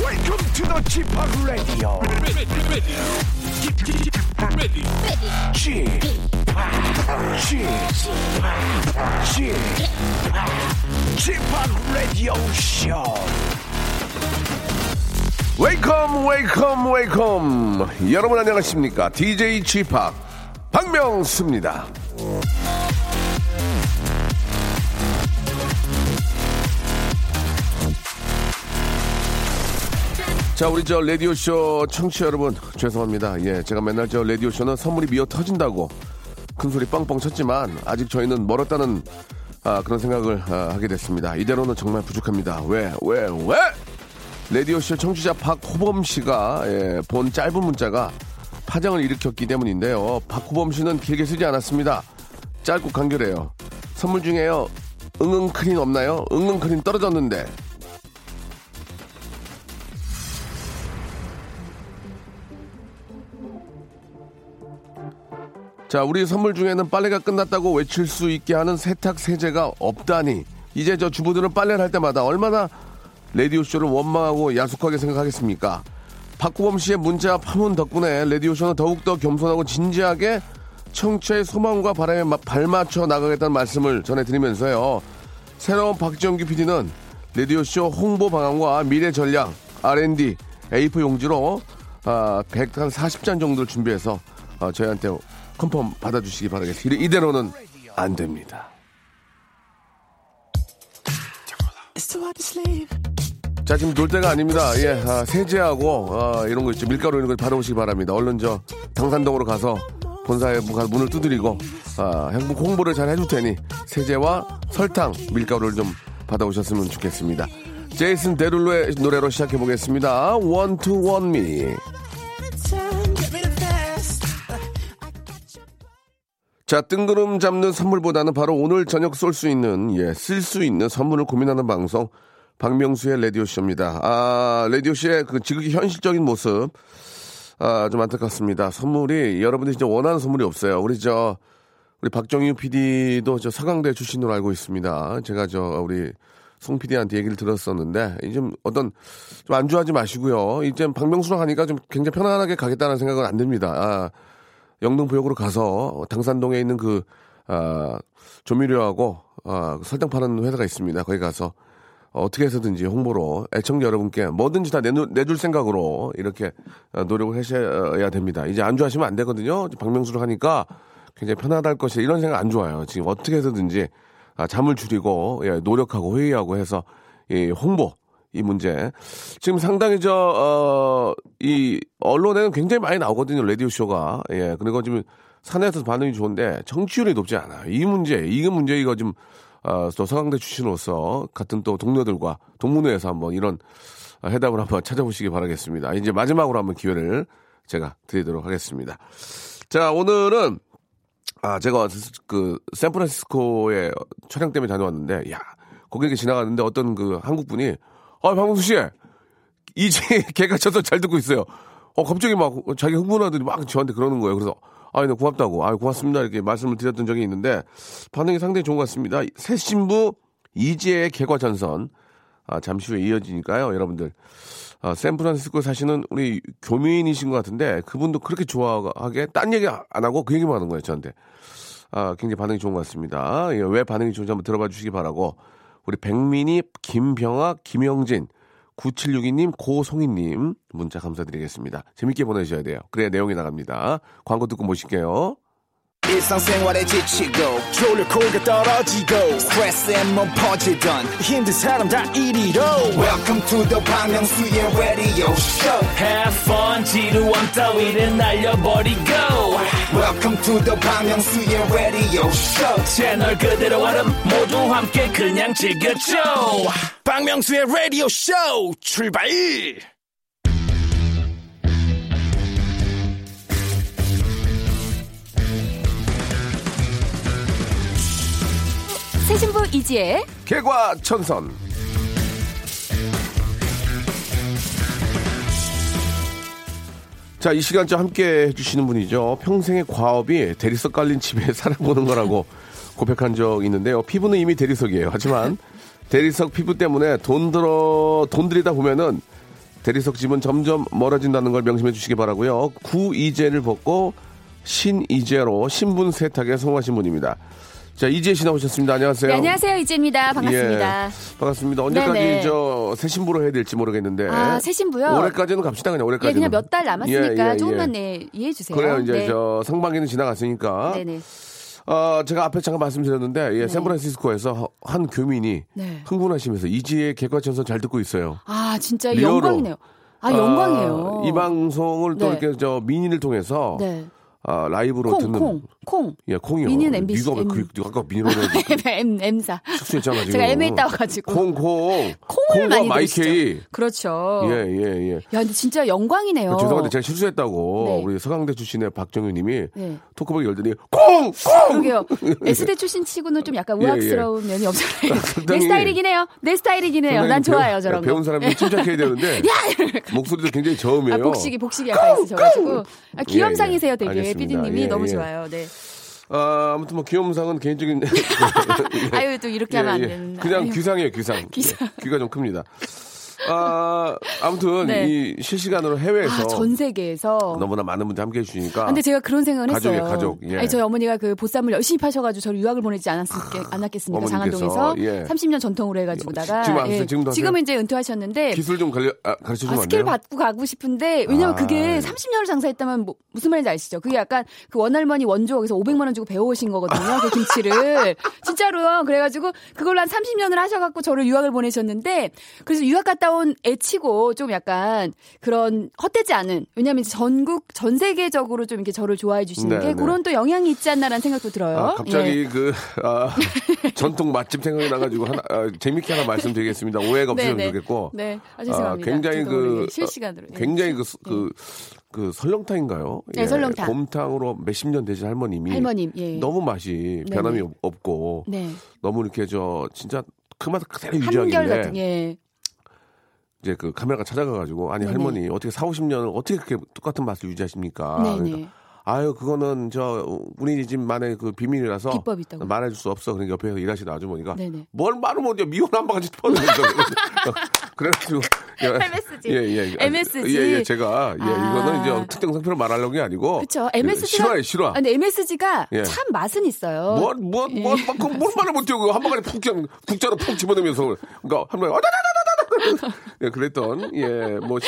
Welcome to the g p o p Radio. ready, ready, ready, ready. g p o p g p o p g p o p Radio Show. 웨이컴 웨이컴 웨이컴 여러분 안녕하십니까 DJ g p o p 박명수입니다 자 우리 저 라디오쇼 청취자 여러분 죄송합니다 예 제가 맨날 저 라디오쇼는 선물이 미어 터진다고 큰소리 뻥뻥 쳤지만 아직 저희는 멀었다는 아, 그런 생각을 아, 하게 됐습니다 이대로는 정말 부족합니다 왜 왜, 왜? 라디오쇼 청취자 박호범 씨가 예, 본 짧은 문자가 파장을 일으켰기 때문인데요. 박호범 씨는 길게 쓰지 않았습니다. 짧고 간결해요. 선물 중에요. 응응 크림 없나요? 응응 크림 떨어졌는데. 자, 우리 선물 중에는 빨래가 끝났다고 외칠 수 있게 하는 세탁 세제가 없다니. 이제 저 주부들은 빨래를 할 때마다 얼마나 라디오쇼를 원망하고 야속하게 생각하겠습니까? 박구범 씨의 문자 파문 덕분에 라디오쇼는 더욱더 겸손하고 진지하게 청취의 소망과 바람에 마- 발맞춰 나가겠다는 말씀을 전해드리면서요. 새로운 박정규 PD는 라디오쇼 홍보 방안과 미래 전략, R&D, A4 용지로 아, 140장 정도를 준비해서 아, 저희한테 컨펌 받아주시기 바라겠습니다. 이래- 이대로는 안 됩니다. 자 지금 놀 때가 아닙니다. 예, 아, 세제하고 아, 이런 거 있죠. 밀가루 이런 걸 바르시기 바랍니다. 얼른 저 당산동으로 가서 본사에 문- 가서 문을 두드리고 아, 행복 홍보를 잘 해줄 테니 세제와 설탕, 밀가루를 좀 받아오셨으면 좋겠습니다. 제이슨 데룰로의 노래로 시작해 보겠습니다. One to One Me. 자, 뜬구름 잡는 선물보다는 바로 오늘 저녁 쏠 수 있는, 예, 쓸 수 있는 선물을 고민하는 방송, 박명수의 라디오쇼입니다. 아, 라디오쇼의 그 지극히 현실적인 모습, 아, 좀 안타깝습니다. 선물이, 여러분들이 진짜 원하는 선물이 없어요. 우리 저, 우리 박정희 PD도 저 서강대 출신으로 알고 있습니다. 제가 저, 우리 송 PD한테 얘기를 들었었는데, 이좀 어떤, 좀 안주하지 마시고요. 이제 박명수랑 하니까 좀 굉장히 편안하게 가겠다는 생각은 안 듭니다. 아, 영등포역으로 가서 당산동에 있는 그 아, 조미료하고 아, 설탕 파는 회사가 있습니다. 거기 가서 어떻게 해서든지 홍보로 애청자 여러분께 뭐든지 다 내놓- 내줄 생각으로 이렇게 어, 노력을 하셔야 됩니다. 이제 안주하시면 안 되거든요. 박명수를 하니까 굉장히 편하다 할 것이다 이런 생각 안 좋아요. 지금 어떻게 해서든지 아, 잠을 줄이고 예, 노력하고 회의하고 해서 이 홍보 이 문제 지금 상당히 어, 저어이 언론에는 굉장히 많이 나오거든요 라디오 쇼가 예 그리고 지금 사내에서 반응이 좋은데 정치율이 높지 않아요 이 문제 이게 문제 이거 지금 어또 서강대 출신으로서 같은 또 동료들과 동문회에서 한번 이런 해답을 한번 찾아보시기 바라겠습니다 이제 마지막으로 한번 기회를 제가 드리도록 하겠습니다 자 오늘은 아, 제가 그 샌프란시스코에 촬영 때문에 다녀왔는데, 야, 거기 이렇게 지나갔는데 어떤 그 한국 분이, 아, 박명수 씨, 이제 개가 쳐서 잘 듣고 있어요. 어, 갑자기 막 자기 흥분하더니 막 저한테 그러는 거예요. 그래서, 아, 네, 고맙다고. 아, 고맙습니다. 이렇게 말씀을 드렸던 적이 있는데, 반응이 상당히 좋은 것 같습니다. 새 신부 이지의 개과 전선. 아, 잠시 후에 이어지니까요, 여러분들. 아, 샌프란시스코 사시는 우리 교민이신 것 같은데 그분도 그렇게 좋아하게 딴 얘기 안 하고 그 얘기만 하는 거예요 저한테 아, 굉장히 반응이 좋은 것 같습니다 예, 왜 반응이 좋은지 한번 들어봐 주시기 바라고 우리 백민희, 김병아, 김영진 9762님, 고송희님 문자 감사드리겠습니다 재밌게 보내주셔야 돼요 그래야 내용이 나갑니다 광고 듣고 모실게요 일상생활에 지치고, 졸려 코가 떨어지고, 스트레스에 몸 퍼지던, 힘든 사람 다 이리로. welcome to the Bang Myung-soo's radio show Have fun 지루함 따위를 날려버리고 welcome to the Bang Myung-soo's radio show 채널 그대로 얼음 모두 함께 그냥 즐겨줘 박명수의 라디오 쇼 출발! 새신부 이지혜 개과 천선 자, 이 시간째 함께 해주시는 분이죠. 평생의 과업이 대리석 깔린 집에 살아보는 거라고 고백한 적 있는데요. 피부는 이미 대리석이에요. 하지만 대리석 피부 때문에 돈 들어, 돈 들이다 보면은 대리석 집은 점점 멀어진다는 걸 명심해 주시기 바라고요. 구이제를 벗고 신이제로 신분 세탁에 성공하신 분입니다. 자 이제 씨 나오셨습니다. 안녕하세요. 네, 안녕하세요 이지입니다. 반갑습니다. 예, 반갑습니다. 언제까지 네네. 저 새신부로 해야 될지 모르겠는데. 아, 새 신부요? 올해까지는 갑시다 그냥 예, 올해까지. 그냥 몇 달 남았으니까 예, 예, 조금만 예. 네, 이해해 주세요. 그래요 이제 네. 저 상반기는 지나갔으니까. 네네. 어, 제가 앞에 잠깐 말씀드렸는데 예, 샌프란시스코에서 한 교민이 네. 흥분하시면서 이지의 객과천선 잘 듣고 있어요. 아 진짜 리얼로. 영광이네요. 아 영광이에요. 이 방송을 또 네. 이렇게 저 민인을 통해서 네. 아, 라이브로 콩, 듣는 콩, 콩. 예 콩이요. 민인 MBC. 네가 왜그 아까 민으로 M M사. 숙소했잖아 지금. 제가 MA 따와가지고. 콩콩. 콩을 많이 과 들으시죠. 마이케이. 그렇죠. 예예 예. 야, 근데 진짜 영광이네요. 죄송한데 제가 실수했다고 어. 네. 우리 서강대 출신의 박정현님이 네. 토크박이 열더니 콩 콩. 그러게요. S대 출신 치고는 좀 약간 예, 예. 우악스러운 면이 없잖아요. 내 상당히- 스타일이긴 해요. 내 스타일이긴 해요. 네, 난 좋아요, 저런 거. 네, 배운 사람이 침착해야 되는데 야! 목소리도 굉장히 저음이에요. 아, 복식이, 복식이 약간 있으셔가지고. 아, 귀염상이세요, 예, 예. 되게. 알겠습니다. 피디님이 예, 너무 예. 좋아요. 네. 아, 아무튼 뭐 귀염상은 개인적인 아유, 또 예, 이렇게 하면 안 예. 된다. 그냥 아유. 귀상이에요, 귀상. 귀상. 예, 귀가 좀 큽니다. 아, 아무튼 네. 이 실시간으로 해외에서 아, 전 세계에서. 너무나 많은 분들이 함께 해주시니까. 아, 근데 제가 그런 생각을 가족이에요, 했어요. 가족. 예. 아니, 저희 어머니가 그 보쌈을 열심히 파셔가지고 저를 유학을 보내지 않았을게, 않았겠습니까? 아, 어머님께서, 장안동에서 예. 어, 30년 전통으로 해가지고다가 예. 지- 지금 안 하세요? 지금도 지금은 하세요? 이제 은퇴하셨는데 기술 좀 가르, 아, 가르쳐 아, 주면 안 스킬 돼요? 받고 가고 싶은데 왜냐면 아. 그게 30년을 장사했다면 뭐- 무슨 말인지 아시죠? 그게 약간 그 원할머니 원조 거기서 500만 원 주고 배워오신 거거든요. 그 김치를 진짜로요. 그래가지고 그걸로 한 30년을 하셔갖고 저를 유학을 보내셨는데 그래서 유학 갔다 온 애치고 좀 약간 그런 헛되지 않은 왜냐면 이제 전국 전 세계적으로 좀 이렇게 저를 좋아해 주시는 네, 게 네. 그런 또 영향이 있지 않나라는 생각도 들어요. 아, 갑자기 예. 그 아, 전통 맛집 생각이 나가지고 하나 아, 재밌게 하나 말씀드리겠습니다. 오해가 네, 없으면 네. 좋겠고. 네, 아, 죄송합니다. 굉장히 저도 그 모르게 실시간으로. 예. 굉장히 그, 그, 그 설렁탕인가요? 예, 네, 설렁탕. 곰탕으로 몇십 년 되신 할머님이 할머님, 예. 너무 맛이 네네. 변함이 없- 없고 네. 너무 이렇게 저 진짜 그 맛을 그대로 한결 유지하길래 같은 예. 이제 그 카메라가 찾아가가지고 아니 네네. 할머니 어떻게 4, 50년을 어떻게 그렇게 똑같은 맛을 유지하십니까? 네네. 그러니까 아유 그거는 저 우리 집만의 그 비밀이라서 비법이 있다고. 말해줄 수 없어. 그러니까 옆에서 일하시는 아주머니가 네네. 뭘 말을 못해 미혼 한 바가지 퍼는 그래가지고 예. MSG. 예예 MSG. 예예 제가 예 아. 이거는 이제 특정 상표를 말하려는 게 아니고 그렇죠. MSG가 예, 싫어해 싫어. 근데 MSG가 예. 참 맛은 있어요. 예. 뭐뭐뭐 그뭘 말을 못해요. 그한 방울에 푹 그냥 국자로 푹 집어넣으면서 그러니까 한 방에 어다다다다다. 예, 그랬던 예뭐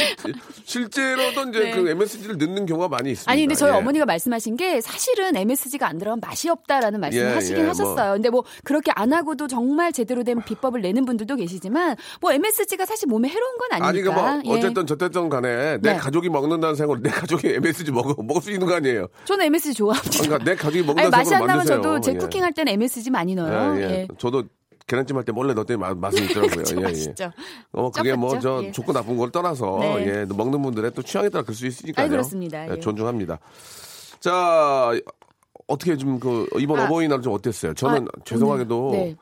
실제로도 이제 네. 그 MSG를 넣는 경우가 많이 있습니다. 아니 근데 저희 예. 어머니가 말씀하신 게 사실은 MSG가 안 들어가면 맛이 없다라는 말씀을 예, 하시긴 예, 하셨어요. 뭐. 근데 뭐 그렇게 안 하고도 정말 제대로 된 비법을 내는 분들도 계시지만 뭐 MSG가 사실 몸에 해로운 건 아니 아니니까. 예. 그뭐 어쨌든 저쨌든 간에 내 네. 가족이 먹는다는 생각으로 내 가족이 MSG 먹어 먹을 수 있는 거 아니에요. 예. 저는 MSG 좋아합니다. 그러니까 내 가족이 아니 먹는다는 맛이 안 생각으로 나면 만드세요. 저도 제 예. 쿠킹 할 때는 MSG 많이 넣어요. 예, 예. 예. 저도 계란찜 할 때 몰래 넣었더니 맛- 맛은 있더라고요. 그쵸, 예, 예. 맛있죠. 어, 그게 뭐, 쩝쩝죠? 저, 예. 좋고 나쁜 걸 떠나서, 네. 예, 먹는 분들의 또 취향에 따라 그럴 수 있으니까요. 아이, 그렇습니다. 예. 존중합니다. 자, 어떻게 좀 그, 이번 아. 어버이날 좀 어땠어요? 저는 아, 죄송하게도 오늘, 네.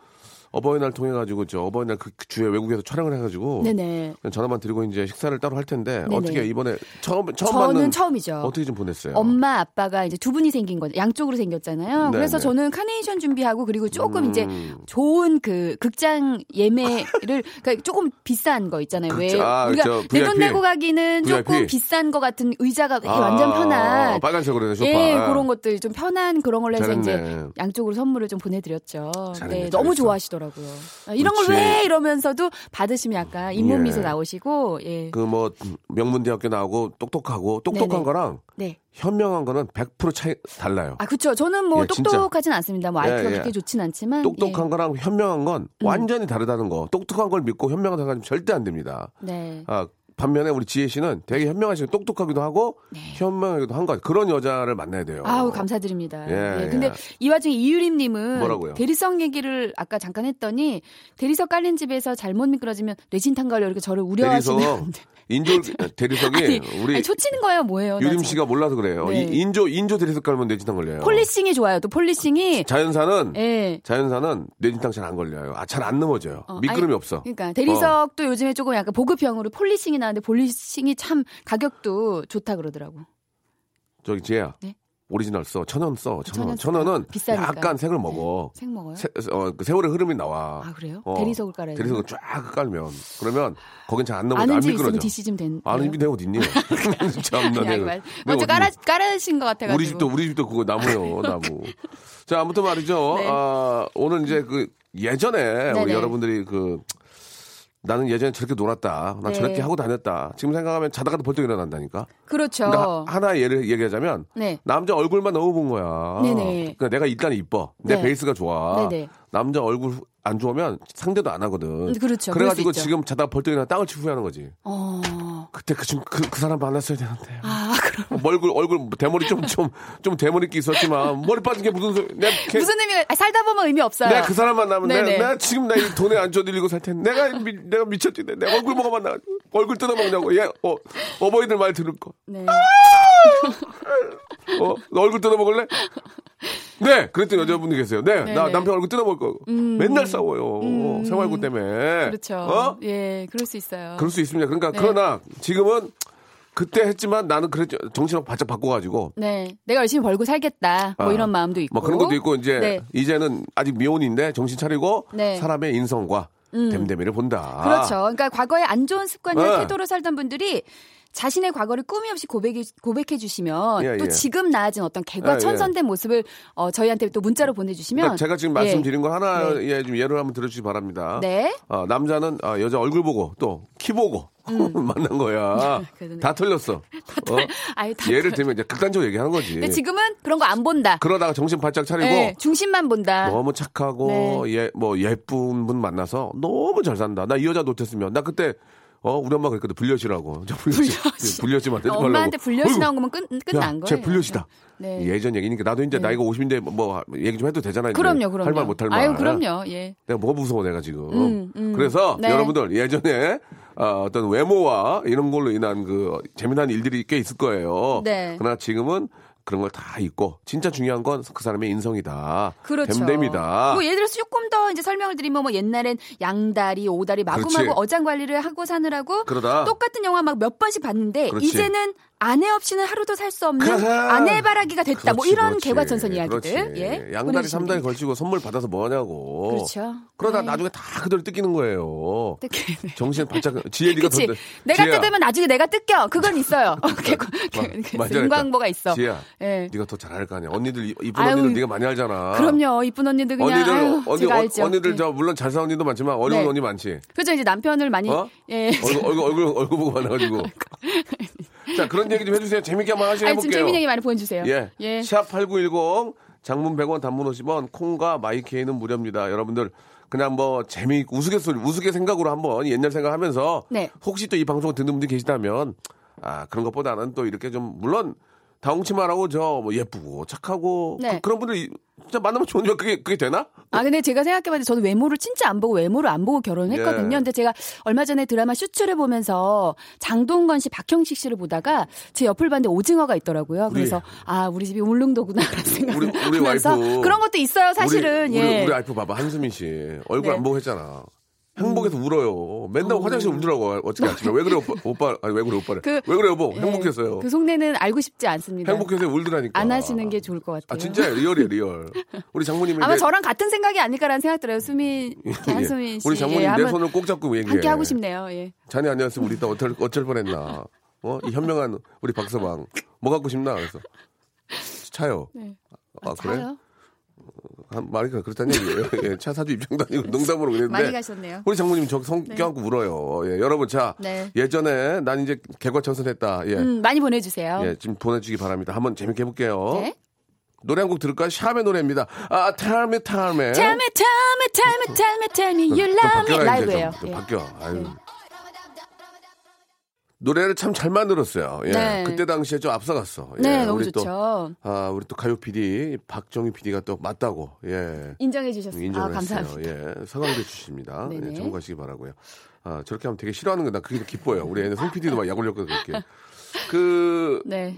어버이날 통해가지고, 저 어버이날 그 주에 외국에서 촬영을 해가지고, 네네. 그냥 전화만 드리고 이제 식사를 따로 할 텐데, 네네. 어떻게 이번에 처음, 처음 저는 만난- 처음이죠. 어떻게 좀 보냈어요? 엄마 아빠가 이제 두 분이 생긴 거죠. 양쪽으로 생겼잖아요. 네, 그래서 네. 음. 저는 카네이션 준비하고 그리고 조금 이제 좋은 그 극장 예매를 그러니까 조금 비싼 거 있잖아요. 왜 극장, 아, 우리가 저 내 돈 VIP. 내고 가기는 조금 VIP. 비싼 거 같은 의자가 이렇게 아, 완전 편한 빨간색으로 해서 예, 소파. 아. 그런 것들 좀 편한 그런 걸로 해서 잘했네. 이제 양쪽으로 선물을 좀 보내드렸죠. 잘했네, 네, 너무 잘했어. 좋아하시더라고요. 아, 이런 그렇지. 걸 왜 이러면서도 받으시면 약간 예. 잇몸 미소 나오시고 예, 그 뭐 명문대학교 나오고 똑똑하고 똑똑한 네네. 거랑 네. 현명한 거는 100% 차이 달라요. 아, 그쵸. 저는 뭐 예, 진짜. 똑똑하진 않습니다. 뭐 예, IQ가 예. 그렇게 좋진 않지만. 똑똑한 거랑 현명한 건 음. 완전히 다르다는 거. 똑똑한 걸 믿고 현명한 생각하면 절대 안 됩니다. 예. 네. 아, 반면에 우리 지혜 씨는 되게 현명하시고 똑똑하기도 하고 현명하기도 한 것. 그런 여자를 만나야 돼요. 네. 아우, 감사드립니다. 어. 예, 예, 예. 근데 이 와중에 이유림님은. 뭐라고요? 대리석 얘기를 아까 잠깐 했더니 대리석 깔린 집에서 잘못 미끄러지면 뇌진탕 가려 이렇게 저를 대리석 우려하시는. 인조 대리석이 아, 아니, 우리 아니, 초치는 거예요, 뭐예요? 나 유림 지금. 씨가 어. 몰라서 그래요. 네. 이- 인조 인조 대리석 깔면 뇌진탕 걸려요. 폴리싱이 좋아요. 또 폴리싱이. 자연사는 예. 자연사는 뇌진탕 잘 안 걸려요. 아, 잘 안 넘어져요. 어, 미끄럼이 아니, 없어. 그러니까 어. 대리석도 요즘에 조금 약간 보급형으로 폴리싱이 나는데 폴리싱이 참 가격도 좋다 그러더라고. 저기 지혜야. 네? 아, 오리지널 써. 천 원 써. 천 원. 천원 천 원은 비싸니까. 네. 약간 색을 먹어. 생 먹어요? 세, 어, 그 세월의 흐름이 나와. 아, 그래요? 대리석을 깔아야 대리석을 쫙 깔면. 그러면 거긴 잘 안 넘어져. 뭐 안 아는 지 미끄러져. 있으면 DC쯤 된. 아는 집이 내 어딨니? 참나 아니, 내가. 아니, 먼저 깔아, 어디- 깔아신 것 같아가지고. 우리 집도 우리 집도 그거 나무요 나무. 자 아무튼 말이죠. 네. 아, 오늘 이제 그 예전에 우리 네네. 여러분들이 그 나는 예전에 저렇게 놀았다. 난 네. 저렇게 하고 다녔다. 지금 생각하면 자다가도 벌떡 일어난다니까. 그렇죠. 그러니까 하- 하나 예를 얘기하자면 네. 남자 얼굴만 너무 본 거야. 네네. 그러니까 내가 일단 이뻐. 내 네. 베이스가 좋아. 네네. 남자 얼굴 후- 안 좋으면 상대도 안 하거든. 네, 그렇죠. 래가지고 그럴 수 있죠. 지금 자다가 벌떡 일어나 땅을 치고 후회하는 거지. 어. 그때 그좀 그, 그 사람 만났어야 되는데. 뭐 아, 그럼. 얼굴 얼굴 대머리 좀 좀 좀 대머리 끼 있었지만 머리 빠진 게 무슨 소리? 내가 걔- 무슨 의미가, 아, 살다 보면 의미 없어요. 내가 그 사람 만나면 내가, 네네. 내가 지금 나이 돈에 안 줘들리고 살 텐데 내가 미, 내가 미쳤지내 얼굴 먹어 만나 얼굴 뜯어 먹냐고 얘 어, 어버이들 말 들을 거. 네. 어, 너 얼굴 뜯어 먹을래? 네, 그랬더니 여자분이 계세요. 네, 나 네네. 음. 남편 얼굴 뜯어 먹을 거. 맨날 싸워요. 생활고 때문에. 그렇죠. 네. 어? 예, 그럴 수 있어요. 그럴 수 있습니다. 그러니까 그러나 지금은 그때 했지만 나는 그랬죠. 정신을 바짝 바꿔가지고 네. 내가 열심히 벌고 살겠다. 뭐 아, 이런 마음도 있고. 뭐 그런 것도 있고 이제 네. 이제는 아직 미혼인데 정신 차리고 네. 음. 사람의 인성과 됨됨이를 본다. 그렇죠. 그러니까 과거에 안 좋은 습관이나 아. 네. 태도로 살던 분들이 자신의 과거를 꾸미 없이 고백이, 고백해 주시면 예, 또 예. 지금 나아진 어떤 예, 예. 개과천선된 모습을 어, 저희한테 또 문자로 보내주시면 그러니까 제가 지금 예. 말씀드린 건 하나 네. 예, 좀 예를 한번 들어주시기 바랍니다. 네. 어, 남자는 어, 여자 얼굴 보고 또 키 보고 만난 거야. 음. 그러네. 다 틀렸어. 어? 아유, 다 예를 그런- 들면 예. 이제 극단적으로 얘기하는 거지. 근데 지금은 그런 거 안 본다. 그러다가 정신 바짝 차리고 뭐 예, 중심만 본다. 너무 착하고 네. 예, 뭐 예쁜 분 만나서 너무 잘 산다. 나 이 여자 놓쳤으면 나 그때 어 우리 엄마 가 그랬거든 불려시라고. 저 불려시 불려시. 불려시 만들지 말라고. 그러니까 엄마한테 불려시 어이구, 나온 거면 끝, 끝난 야, 거예요. 쟤 불려시다. 네. 예전 얘기니까 나도 이제 나이가 50인데 뭐 얘기 좀 해도 되잖아요. 이제. 예. 그럼요, 그럼요. 할 말 못할 말. 아유, 그럼요. 예. 내가 뭐가 무서워 내가 지금. 음, 음. 그래서 네. 여러분들 예전에 어, 어떤 외모와 이런 걸로 인한 그 재미난 일들이 꽤 있을 거예요. 네. 그러나 지금은 그런 걸 다 잊고 진짜 중요한 건 그 사람의 인성이다. 그렇죠. 됨됨이다. 뭐 예를 들어서 조금 더 이제 설명을 드리면 뭐 옛날엔 양다리, 오다리 마구마구 그렇지. 어장 관리를 하고 사느라고 그러다. 똑같은 영화 막 몇 번씩 봤는데 그렇지. 이제는 아내 없이는 하루도 살 수 없는 그래. 아내 바라기가 됐다. 뭐 그렇지, 이런 그렇지, 개과천선 그렇지. 이야기들. 예. 양다리 보내주시면 삼다리 됩니다. 걸치고 선물 받아서 뭐하냐고. 그렇죠. 그러다 네. 나중에 다 그대로 뜯기는 거예요. 뜯기네. 정신 바짝 지혜 니가 그치. 더- 내가 지혜야. 뜯으면 나중에 내가 뜯겨. 그건 있어요. 개과- 마- 맞아, 그 인광보가 있어. 지혜야, 예. 네가 더 잘할 거 아니야. 언니들 이- 이쁜 아유, 언니들 네가 많이 알잖아. 그럼요. 이쁜 언니들 그냥 언니들 아유, 언니 제가 어- 알죠. 언니들 예. 저 물론 잘 사는 언니도 많지만 어려운 네. 언니 많지. 그죠 이제 남편을 많이 어? 예. 얼굴 얼굴 얼굴, 얼굴 보고 만나가지고. 자 그런 얘기 좀 해주세요. 재밌게 한번 하시 아니, 해볼게요. 좀 재밌는 얘기 많이 보내주세요. 예. 샵8910 장문 100원 단문 50원 콩과 마이케이는 무료입니다. 여러분들 그냥 뭐 재미 우스갯소리 우스갯 생각으로 한번 옛날 생각하면서 네. 혹시 또 이 방송 듣는 분들이 계시다면 아 그런 것보다는 또 이렇게 좀 물론 다홍치마라고 저 뭐 예쁘고 착하고 네. 그, 런 분들 이- 진짜 만나면 좋은데 그게 그게 되나? 아 근데 제가 생각해봤는데 저는 외모를 진짜 안 보고 외모를 안 보고 결혼했거든요. 예. 근데 제가 얼마 전에 드라마 슈츠를 보면서 장동건 씨, 박형식 씨를 보다가 제 옆을 봤는데 오징어가 있더라고요. 그래서 아 우리 집이 울릉도구나 라는 우리- 생각을 우리 하면서 와이프. 그런 것도 있어요. 사실은 우리, 예. 우리 우리 아이프 봐봐 한수민 씨 얼굴 네. 음. 안 보고 했잖아. 행복해서 울어요. 맨날 화장실 울더라고. 어떻게 아침에 왜 그래 오빠, 오빠 아니 왜 그래 오빠래. 그- 왜 그래 여보 예. 행복했어요. 그 속내는 알고 싶지 않습니다. 행복해서 울더라니까. 안 하시는 게 좋을 것 같아요. 아 진짜 리얼이에요 리얼. 우리 장모님이 아마 내- 저랑 같은 생각이 아닐까라는 생각 들어요. 수민, 예. 한수민 씨. 우리 장모님 예, 내 한번 손을 꼭 잡고 얘기해. 함께 하고 싶네요. 예. 자네 아니었으면 우리 이따 어쩔 어쩔 뻔했나. 어? 이 현명한 우리 박서방 뭐 갖고 싶나 그래서 차요. 네. 아, 그래? 차요? 한 말이 그렇다는 얘기예요. 예, 차 사주 입장도 아니고 농담으로 그랬는데. 많이 가셨네요. 우리 장모님 저 성격하고 울어요. 예, 여러분 자 네. 예전에 난 이제 개과천선했다. 예. 음, 많이 보내주세요. 예, 어? 지금 보내주기 바랍니다. 한번 재밌게 해볼게요. 네. 노래 한 곡 들을까요? 샵의 노래입니다. 아, 탐에 탐에. Tell me, tell me, tell me, tell me, tell me you love me. 바뀌어라, 이제 라이브예요. 좀. 좀 예. 바뀌어. 아유. 노래를 참 잘 만들었어요. 예. 네. 그때 당시에 좀 앞서갔어. 예. 네, 너무 우리 또, 좋죠. 아, 우리 또 가요 PD 박정희 PD가 또 맞다고. 예. 인정해 주셨어요. 인정을 아, 했어요. 감사합니다. 예. 서강대 출신입니다. 예, 네네. 참고하시기 바라고요. 아, 저렇게 하면 되게 싫어하는 거나 그게 더 기뻐요. 우리 애는 송 PD도 막 약 올렸거든요. 그렇게. 그 네.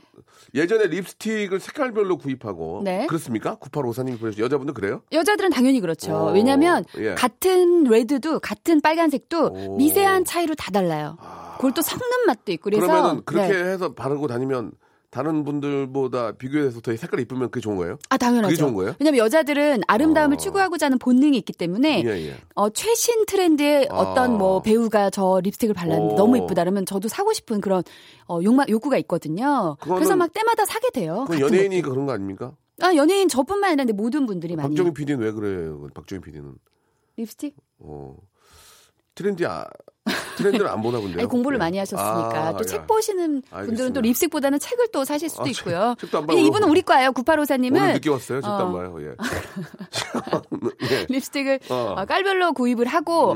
예전에 립스틱을 색깔별로 구입하고 네. 그렇습니까? 9854님이 보내주신 여자분들 그래요? 여자들은 당연히 그렇죠. 오, 왜냐면 예. 같은 레드도 같은 빨간색도 오. 아. 미세한 차이로 다 달라요. 그걸 또 섞는 맛도 있고 그래서 그러면은 그렇게 네. 해서 바르고 다니면 다른 분들보다 비교해서 더 색깔이 이쁘면 그게 좋은 거예요? 아 당연하죠. 그게 좋은 거예요? 왜냐면 여자들은 아름다움을 어. 추구하고자 하는 본능이 있기 때문에 예, 예. 어, 최신 트렌드의 아. 어떤 뭐 배우가 저 립스틱을 발랐는데 어. 너무 이쁘다 그러면 저도 사고 싶은 그런 어, 욕마, 욕구가 있거든요. 그거는- 그래서 막 때마다 사게 돼요. 그건 어, 같은 연예인이니까 그런 거 아닙니까? 것들. 아 연예인 저뿐만 아니라 근데 모든 분들이 많이 박정희 PD는 왜 그래요? 박정희 PD는 립스틱 어 트렌디 아, 트렌드를 안 보나 본데요. 아니, 공부를 예. 많이 하셨으니까 아, 또 책 야. 보시는 분들은 알겠습니다. 또 립스틱보다는 책을 또 사실 수도 아, 책- 있고요. 책도 안 봐요. 근데 이분은 우리 과예요. 오늘 구파로사님은 늦게 왔어요. 어. 저도 안 봐요. 예. 예. 립스틱을 어. 음. 어, 깔별로 구입을 하고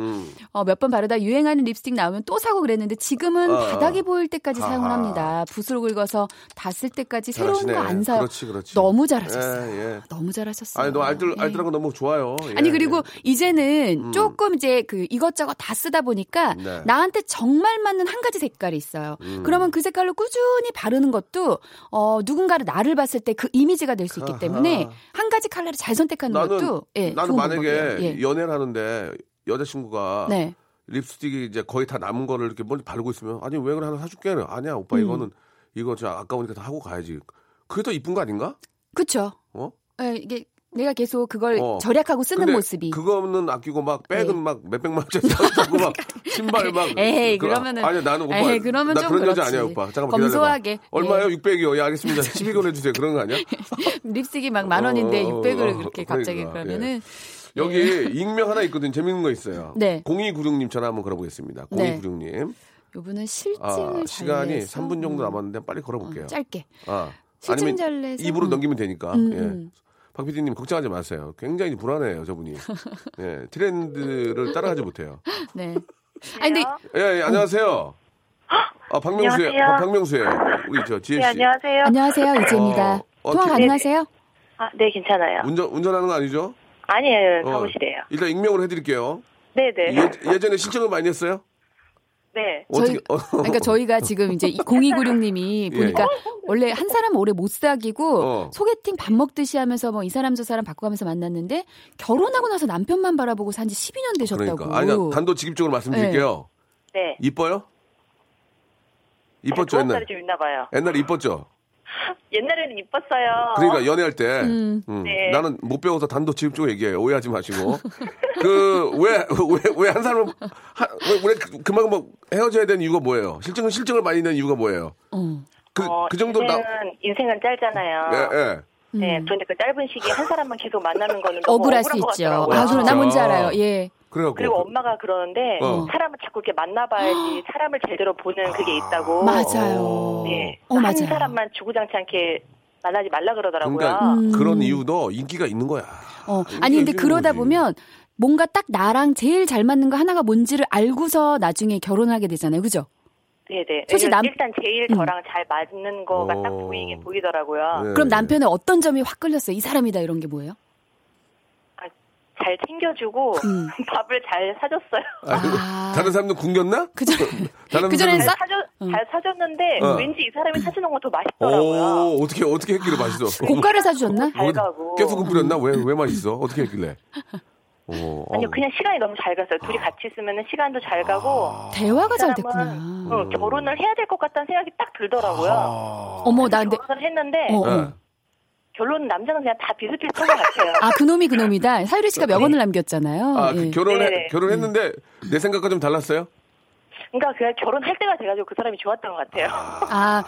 어, 몇 번 바르다 유행하는 립스틱 나오면 또 사고 그랬는데 지금은 어. 바닥이 보일 때까지 아하. 사용을 합니다. 붓으로 긁어서 다 쓸 때까지 새로운 잘하시네. 거 안 사요. 그렇지, 그렇지. 너무 잘하셨어요. 예, 예. 너무 잘하셨어요. 아니 너 알뜰 예. 알뜰한 거 너무 좋아요. 예, 아니 그리고 예. 음. 이제는 조금 이제 그 이것저것 다 쓰다 보니까 네. 음. 나한테 정말 맞는 한 가지 색깔이 있어요. 그러면 그 색깔로 꾸준히 바르는 것도 어 누군가를 나를 봤을 때 그 이미지가 될 수 있기 때문에 아하. 한 가지 컬러를 잘 선택하는 나는 것도 예, 나는 좋은 만약에 방법이에요. 예. 연애를 하는데 여자친구가 네. 립스틱이 이제 거의 다 남은 거를 이렇게 멀리 바르고 있으면 아니 왜 그래 하나 사줄게 아니야 음. 오빠 이거는 이거 저 아까우니까 다 하고 가야지 그게 더 이쁜 거 아닌가? 그렇죠. 어? 예, 이게 내가 계속 그걸 어. 절약하고 쓰는 근데 모습이 그거는 아끼고 막 백은 네. 그러니까. 막 몇백만 원짜리 사고 막 신발 막 에이, 그- 그러면은- 아니 나는 오빠 에이, 그러면 나 좀 그런 여자 그렇지. 아니야 오빠 잠깐만 검소하게. 기다려봐 얼마요? 예. 600이요 예 알겠습니다 12권 해주세요 그런 거 아니야? 립스틱이 막 만 원인데 어, 어, 600을 어, 그렇게 갑자기 그러니까, 그러면은 여기 익명 하나 있거든요 재밌는 거 있어요 네. 0296님 전화 한번 걸어보겠습니다 네. 0296님 요분은 실증을 아, 잘 시간이 내서, 3분 정도 음, 남았는데 빨리 걸어볼게요 어, 짧게 아, 실증 잘 내서, 입으로 음. 넘기면 되니까. 음, 예. 음. 박 PD님 걱정하지 마세요. 굉장히 불안해요, 저분이. 예, 트렌드를 따라가지 못해요. 네. 아니 근데 예, 예, 안녕하세요. 아, 박명수의, 안녕하세요. 박- 박명수의 우리 저 지혜 네, 씨. 안녕하세요. 안녕하세요 이지입니다. 어, 통화 어떻게- 가능하세요? 아, 네, 괜찮아요. 운전 운전하는 거 아니죠? 아니에요, 어, 사무실이에요. 일단 익명으로 해드릴게요. 네네. 예, 예전에 실증을 많이 했어요? 네. 저희 어떻게? 어, 아니, 그러니까 저희가 지금 이제 0296님이 예. 보니까 원래 한 사람 오래 못 사귀고 어. 소개팅 밥 먹듯이 하면서 뭐 이 사람 저 사람 바꿔가면서 만났는데 결혼하고 나서 남편만 바라보고 산 지 12년 되셨다고. 그러니까 아니요 단도직입적으로 말씀드릴게요. 네. 이뻐요? 이뻤죠 좋은 날이 옛날? 좀 있나 봐요. 옛날 에 이뻤죠? 옛날에는 이뻤어요. 그러니까 연애할 때 음. 음, 네. 나는 못 배워서 단도직입적으로 얘기해요. 오해하지 마시고 그 왜 왜 왜 한 사람을 하- 왜, 왜 그- 그만 뭐 헤어져야 되는 이유가 뭐예요? 실증을 실증을 많이 낸 이유가 뭐예요? 어. 그, 어, 그 정도 나 인생은, 인생은 짧잖아요. 예, 예. 네, 음. 그런데 그 짧은 시기에 한 사람만 계속 만나는 거는 너무 어, 억울할 수 억울한 것 있죠. 같더라고요. 아, 그럼 나 진짜. 뭔지 알아요. 예. 그래갖고 그리고 엄마가 그러는데 어. 사람을 자꾸 이렇게 만나봐야지 사람을 제대로 보는 그게 있다고. 맞아요. 네. 어, 한 맞아요. 사람만 주구장창 이렇게 만나지 말라 그러더라고요. 그러니까 음. 그런 이유도 인기가 있는 거야. 어. 인기가 아니 근데 있는 그러다 거지. 보면 뭔가 딱 나랑 제일 잘 맞는 거 하나가 뭔지를 알고서 나중에 결혼하게 되잖아요. 그죠? 네네. 솔직히 남- 일단 제일 음. 저랑 잘 맞는 거가 딱 어. 보이긴 보이더라고요. 예, 그럼 예. 남편의 어떤 점이 확 끌렸어요? 이 사람이다 이런 게 뭐예요? 잘 챙겨주고 음. 밥을 잘 사줬어요. 아이고, 아. 네. 다른 사람들 굶겼나? 그죠? 다른 그전엔 사람들- 싸- 사잘 사줬는데 어. 왠지 이 사람이 사주는 건 더 맛있더라고요. 오 어떻게 어떻게 했길래 맛있어? 고가를 사주셨나? 잘 가고. 뭐 계속 그- 뿌렸나? 왜 왜 맛있어? 어떻게 했길래? 오, 아니요, 어우. 그냥 시간이 너무 잘 갔어요. 둘이 같이 있으면 시간도 잘 가고. 아. 대화가 잘 그 사람은, 됐구나. 어, 결혼을 해야 될 것 같다는 생각이 딱 아. 들더라고요. 어머 나 근데 결혼을 했는데 어, 어. 예. 결론은 남자는 그냥 다 비슷비슷한 것 같아요. 아 그놈이 그놈이다. 사유리 씨가 명언을 남겼잖아요. 아, 예. 그 결혼 네네. 결혼했는데 내 생각과 좀 달랐어요? 그러니까 그냥 결혼할 때가 돼가지고 그 사람이 좋았던 것 같아요. 아,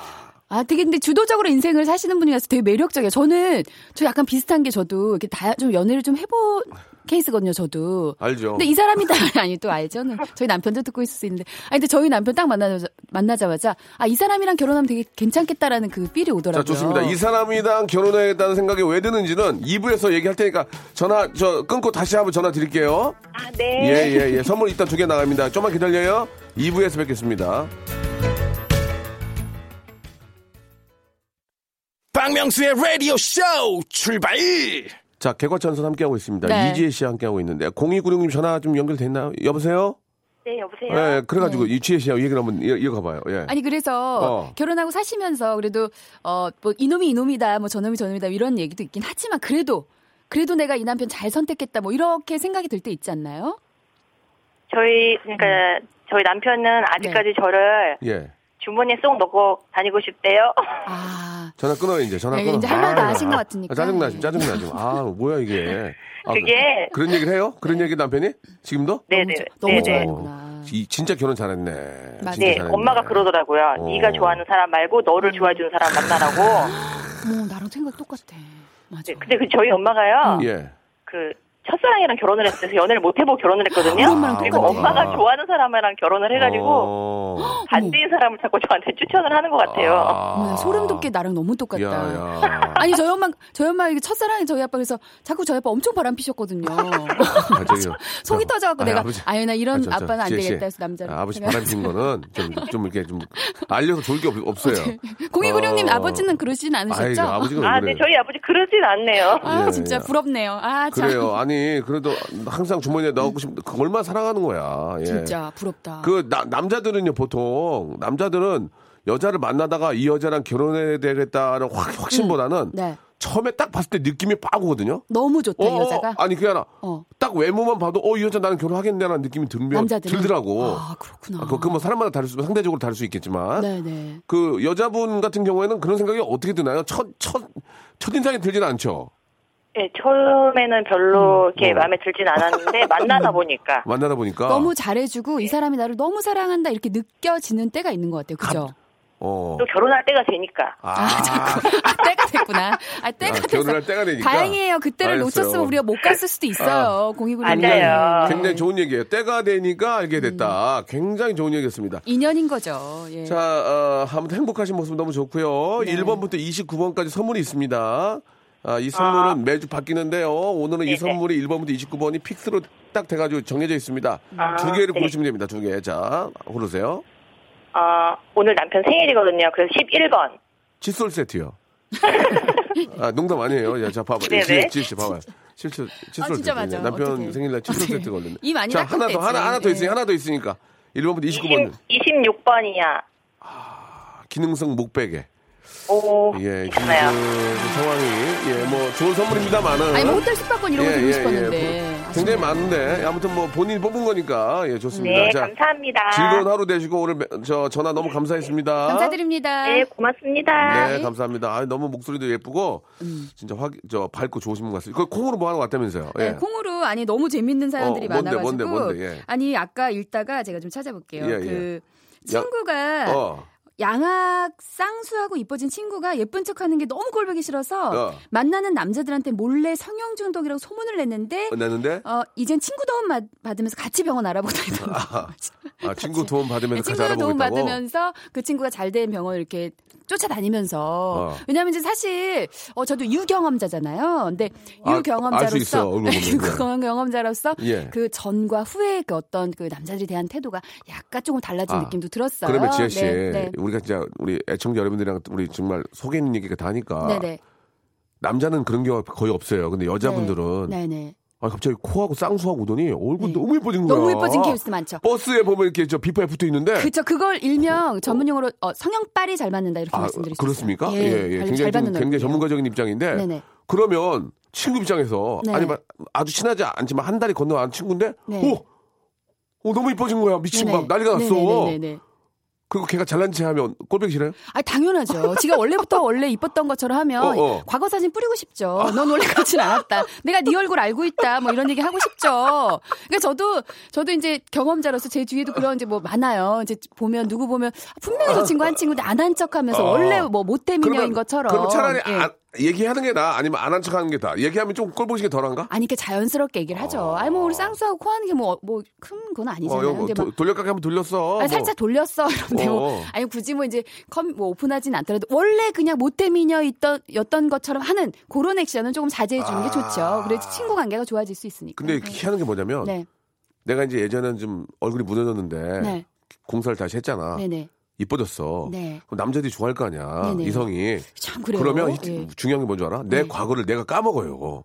아, 되게 근데 주도적으로 인생을 사시는 분이라서 되게 매력적이에요. 저는 저 약간 비슷한 게 저도 이렇게 다 좀 연애를 좀 해본 케이스거든요. 저도. 알죠. 근데 이 사람이다 아니 또 알죠는 저희 남편도 듣고 있을 수 있는데 아니 근데 저희 남편 딱 만나자 만나자마자 아 이 사람이랑 결혼하면 되게 괜찮겠다라는 그 필이 자, 오더라고요. 좋습니다. 이 사람이랑 결혼했다는 생각이 왜 드는지는 2부에서 얘기할 테니까 전화 저 끊고 다시 한번 전화 드릴게요. 아, 네. 예, 예, 예. 선물 일단 두 개 나갑니다. 좀만 기다려요. 2부에서 뵙겠습니다. 박명수의 라디오 쇼 출발 자, 개과천선 함께하고 있습니다. 네. 이지혜 씨와 함께하고 있는데 0296님 전화 좀 연결됐나요? 여보세요? 네, 여보세요. 예, 그래가지고 네. 이지혜 씨하고 얘기를 한번 이어- 이어가봐요. 예. 아니 그래서 어. 결혼하고 사시면서 그래도 어 뭐 이놈이 이놈이다 뭐 저놈이 저놈이다 이런 얘기도 있긴 하지만 그래도 그래도 내가 이 남편 잘 선택했다 뭐 이렇게 생각이 들 때 있지 않나요? 저희, 그러니까 음. 저희 네. 남편은 아직까지 저를 예. 주머니에 쏙 넣고 다니고 싶대요. 아 전화 끊어 이제 전화 네, 끊어. 이제 할 말도 아, 하신 것 아, 같으니까. 짜증나 지금 짜증나 지금. 아 뭐야 이게. 아, 그게- 그런 얘기를 해요? 그런 얘기 남편이 지금도? 네네. 좋- 너무 어, 네네. 좋아하는구나. 이- 진짜 결혼 잘했네. 맞아요. 진짜 네, 잘했네. 엄마가 그러더라고요. 오. 네가 좋아하는 사람 말고 음. 너를 좋아해 주는 사람 만나라고. 뭐 나랑 생각 똑같아. 맞아. 네, 근데 그 저희 엄마가요. 예. 그 첫사랑이랑 결혼을 했을 때 연애를 못 해보고 결혼을 했거든요. 아, 우리 엄마랑 그리고 똑같네. 엄마가 좋아하는 사람이랑 결혼을 해가지고 어. 반대인 사람을 자꾸 저한테 추천을 하는 것 같아요. 어머나, 소름 돋게 나랑 너무 똑같다. 야, 야. 아니 저희 엄마 저희 엄마 이게 첫사랑이 저희 아빠 그래서 자꾸 저희 아빠 엄청 바람 피셨거든요. 아, 저기요. 속이 저, 터져갖고 아니, 내가 아버지. 아유나 이런 저, 저, 아, 빠는안 지혜 씨. 되겠다 해서 남자를. 아, 아버지 바람 핀 거는 좀, 좀 이렇게 좀 알려서 좋을 게 없, 어요 공이구룡님 어. 아버지는 그러진 않으셨죠? 아이, 아버지가 왜 아, 그래요? 네, 저희 아버지 그러진 않네요. 아 예, 진짜 예. 부럽네요. 아 참. 그래요. 아니 그래도 항상 주머니에 넣고 싶. 그 얼마나 사랑하는 거야. 예. 진짜 부럽다. 그 나- 남자들은요 보통 남자들은 여자를 만나다가 이 여자랑 결혼해야 되겠다는 확, 확신보다는 네. 처음에 딱 봤을 때 느낌이 빡 오거든요. 너무 좋다 어, 이 여자가. 어, 아니 그게 아니라 어. 딱 외모만 봐도 어 이 여자 나는 결혼하겠네라는 느낌이 들면 남자들은? 들더라고. 아, 그렇구나. 그, 그뭐 사람마다 다를 수 상대적으로 다를 수 있겠지만 네네. 그 여자분 같은 경우에는 그런 생각이 어떻게 드나요? 첫 첫 첫인상이 들진 않죠. 네, 처음에는 별로 이렇게 마음에 들진 않았는데 만나다 보니까 만나다 보니까 너무 잘해주고 이 사람이 나를 너무 사랑한다 이렇게 느껴지는 때가 있는 것 같아요. 그죠? 어. 또 결혼할 때가 되니까 아, 아, 때가 됐구나. 아, 때가 아, 됐어. 결혼할 때가 되니까. 다행이에요. 그때를 알겠어요. 아. 놓쳤으면 우리가 못 갔을 수도 있어요. 공이구룡님. 맞아요. 굉장히 좋은 얘기예요. 때가 되니까 알게 됐다. 음. 굉장히 좋은 얘기였습니다. 인연인 거죠. 예. 자, 어, 아무튼 행복하신 모습 너무 좋고요. 네. 1번부터 29번까지 선물이 있습니다. 아, 이 선물은 매주 바뀌는데요. 오늘은 예. 이 네네. 선물이 1번부터 29번이 픽스로 딱 돼가지고 정해져 있습니다. 아, 두 개를 네. 고르시면 됩니다. 두 개. 자, 고르세요. 어, 오늘 남편 생일이거든요. 그래서 11번. 칫솔 세트요. 아, 농담 아니에요. 야, 자, 봐봐. 네네. 지혜, 지혜 씨, 봐봐요. 칫솔, 칫솔 아, 진짜 세트. 맞아. 남편 어떡해. 생일날 칫솔 세트 걸렸네. 이 많이 예. 자, 하나 더, 닦으면 하나, 하나 더 되지. 있으니, 하나 더 있으니까. 1번부터 29번. 예. 26번이야. 기능성 목베개. 오, 예, 그, 있잖아요. 그 상황이 예, 뭐 좋은 선물입니다만은 예, 아니, 뭐 호텔 숙박권 이런 거 드리고 싶었는데. 뭐 굉장히 많은데 아무튼 뭐 본인 뽑은 거니까 예, 좋습니다. 네, 자, 감사합니다. 즐거운 하루 되시고 오늘 매- 저 전화 너무 감사했습니다. 감사드립니다. 네, 고맙습니다. 네, 감사합니다. 아, 너무 목소리도 예쁘고 진짜 확저 밝고 좋으신 분 같습니다. 그 콩으로 뭐 하는 것 같다면서요. 예. 음. 네, 콩으로 아니 너무 재밌는 사연들이 어, 뭔데, 많아가지고 뭔데, 뭔데, 예. 아니 아까 읽다가 제가 좀 찾아볼게요. 예, 그 야- 친구가 어. 양악 쌍수하고 이뻐진 친구가 예쁜 척하는 게 너무 꼴보기 싫어서 어. 만나는 남자들한테 몰래 성형 중독이라고 소문을 냈는데 끝났는데 어 이젠 친구 도움 받- 받으면서 같이 병원 알아보고 다니던데 아, 친구 도움 받으면서 같이 친구 알아보고 도움 있다고. 받으면서 그 친구가 잘 된 병원을 이렇게 쫓아다니면서 어. 왜냐하면 이제 사실 어 저도 유경험자잖아요. 근데 아, 알수 유경험자로서 있어요. 얼굴 보면. 유경험자로서 예. 그 전과 후의 그 어떤 그 남자들에 대한 태도가 약간 조금 달라진 아, 느낌도 들었어요. 그러면 지혜 씨, 네, 네. 우리가 진짜 우리 애청자 여러분들이랑 우리 정말 속에 있는 얘기가 다 하니까 네네. 남자는 그런 경우가 거의 없어요. 근데 여자분들은 네네. 아 갑자기 코하고 쌍수하고 오더니 얼굴 네. 너무 예뻐진 거야. 어, 네. 너무 예뻐진 케이스 많죠. 버스에 보면 이렇게 저 비파에 붙어 있는데 그쵸. 그걸 일명 전문용어로 어, 성형빨이 잘 맞는다 이렇게 아 말씀드릴 수 그렇습니까? 있어요. 예, 예. 잘- 굉장히 잘 좀- 받는 굉장히 얼굴이에요. 전문가적인 입장인데 네네. 그러면 친구 입장에서 네. 아니 마- 아주 친하지 않지만 한 달이 건너 간 친구인데 네. 오, 오 너무 예뻐진 거야 미친 네네. 막 난리가 났어. 네네네네네. 그리고 걔가 잘난 체하면 꼴보기 싫어요? 아 당연하죠. 지가 원래부터 원래 이뻤던 것처럼 하면 어, 어. 과거 사진 뿌리고 싶죠. 넌 원래 그렇진 않았다. 내가 네 얼굴 알고 있다. 뭐 이런 얘기 하고 싶죠. 그러니까 저도 저도 이제 경험자로서 제 주위에도 그런 이제 뭐 많아요. 이제 보면 누구 보면 분명히 저 친구 한 친구인데 안 한 척하면서 어. 원래 뭐 모태 미녀인 것처럼. 그러면 차라리 아. 예. 안- 얘기하는 게 나아 아니면 안 한 척하는 게 다. 얘기하면 좀 꼴보기 싫게 덜한가? 아니, 이렇게 자연스럽게 얘기를 하죠. 아니, 뭐, 우리 쌍수하고 코하는 게 뭐, 뭐, 큰 건 어, 아니잖아요. 여, 근데 뭐 막, 도, 돌려깎기 한번 돌렸어. 뭐. 아니, 살짝 돌렸어. 이런데 어. 뭐, 아니, 굳이 뭐 이제 컴, 뭐 오픈하진 않더라도, 원래 그냥 모태미녀 있던, 였던 것처럼 하는 그런 액션은 조금 자제해주는 아. 게 좋죠. 그래야지 친구 관계가 좋아질 수 있으니까. 근데 희한한 게 뭐냐면 음, 네. 내가 이제 예전엔 좀 얼굴이 무너졌는데 네. 공사를 다시 했잖아. 네네. 이뻐졌어. 네. 그럼 남자들이 좋아할 거 아니야. 네네. 이성이. 참, 그래요. 그러면 이- 예. 중요한 게 뭔 줄 알아? 내 과거를 내가 까먹어요.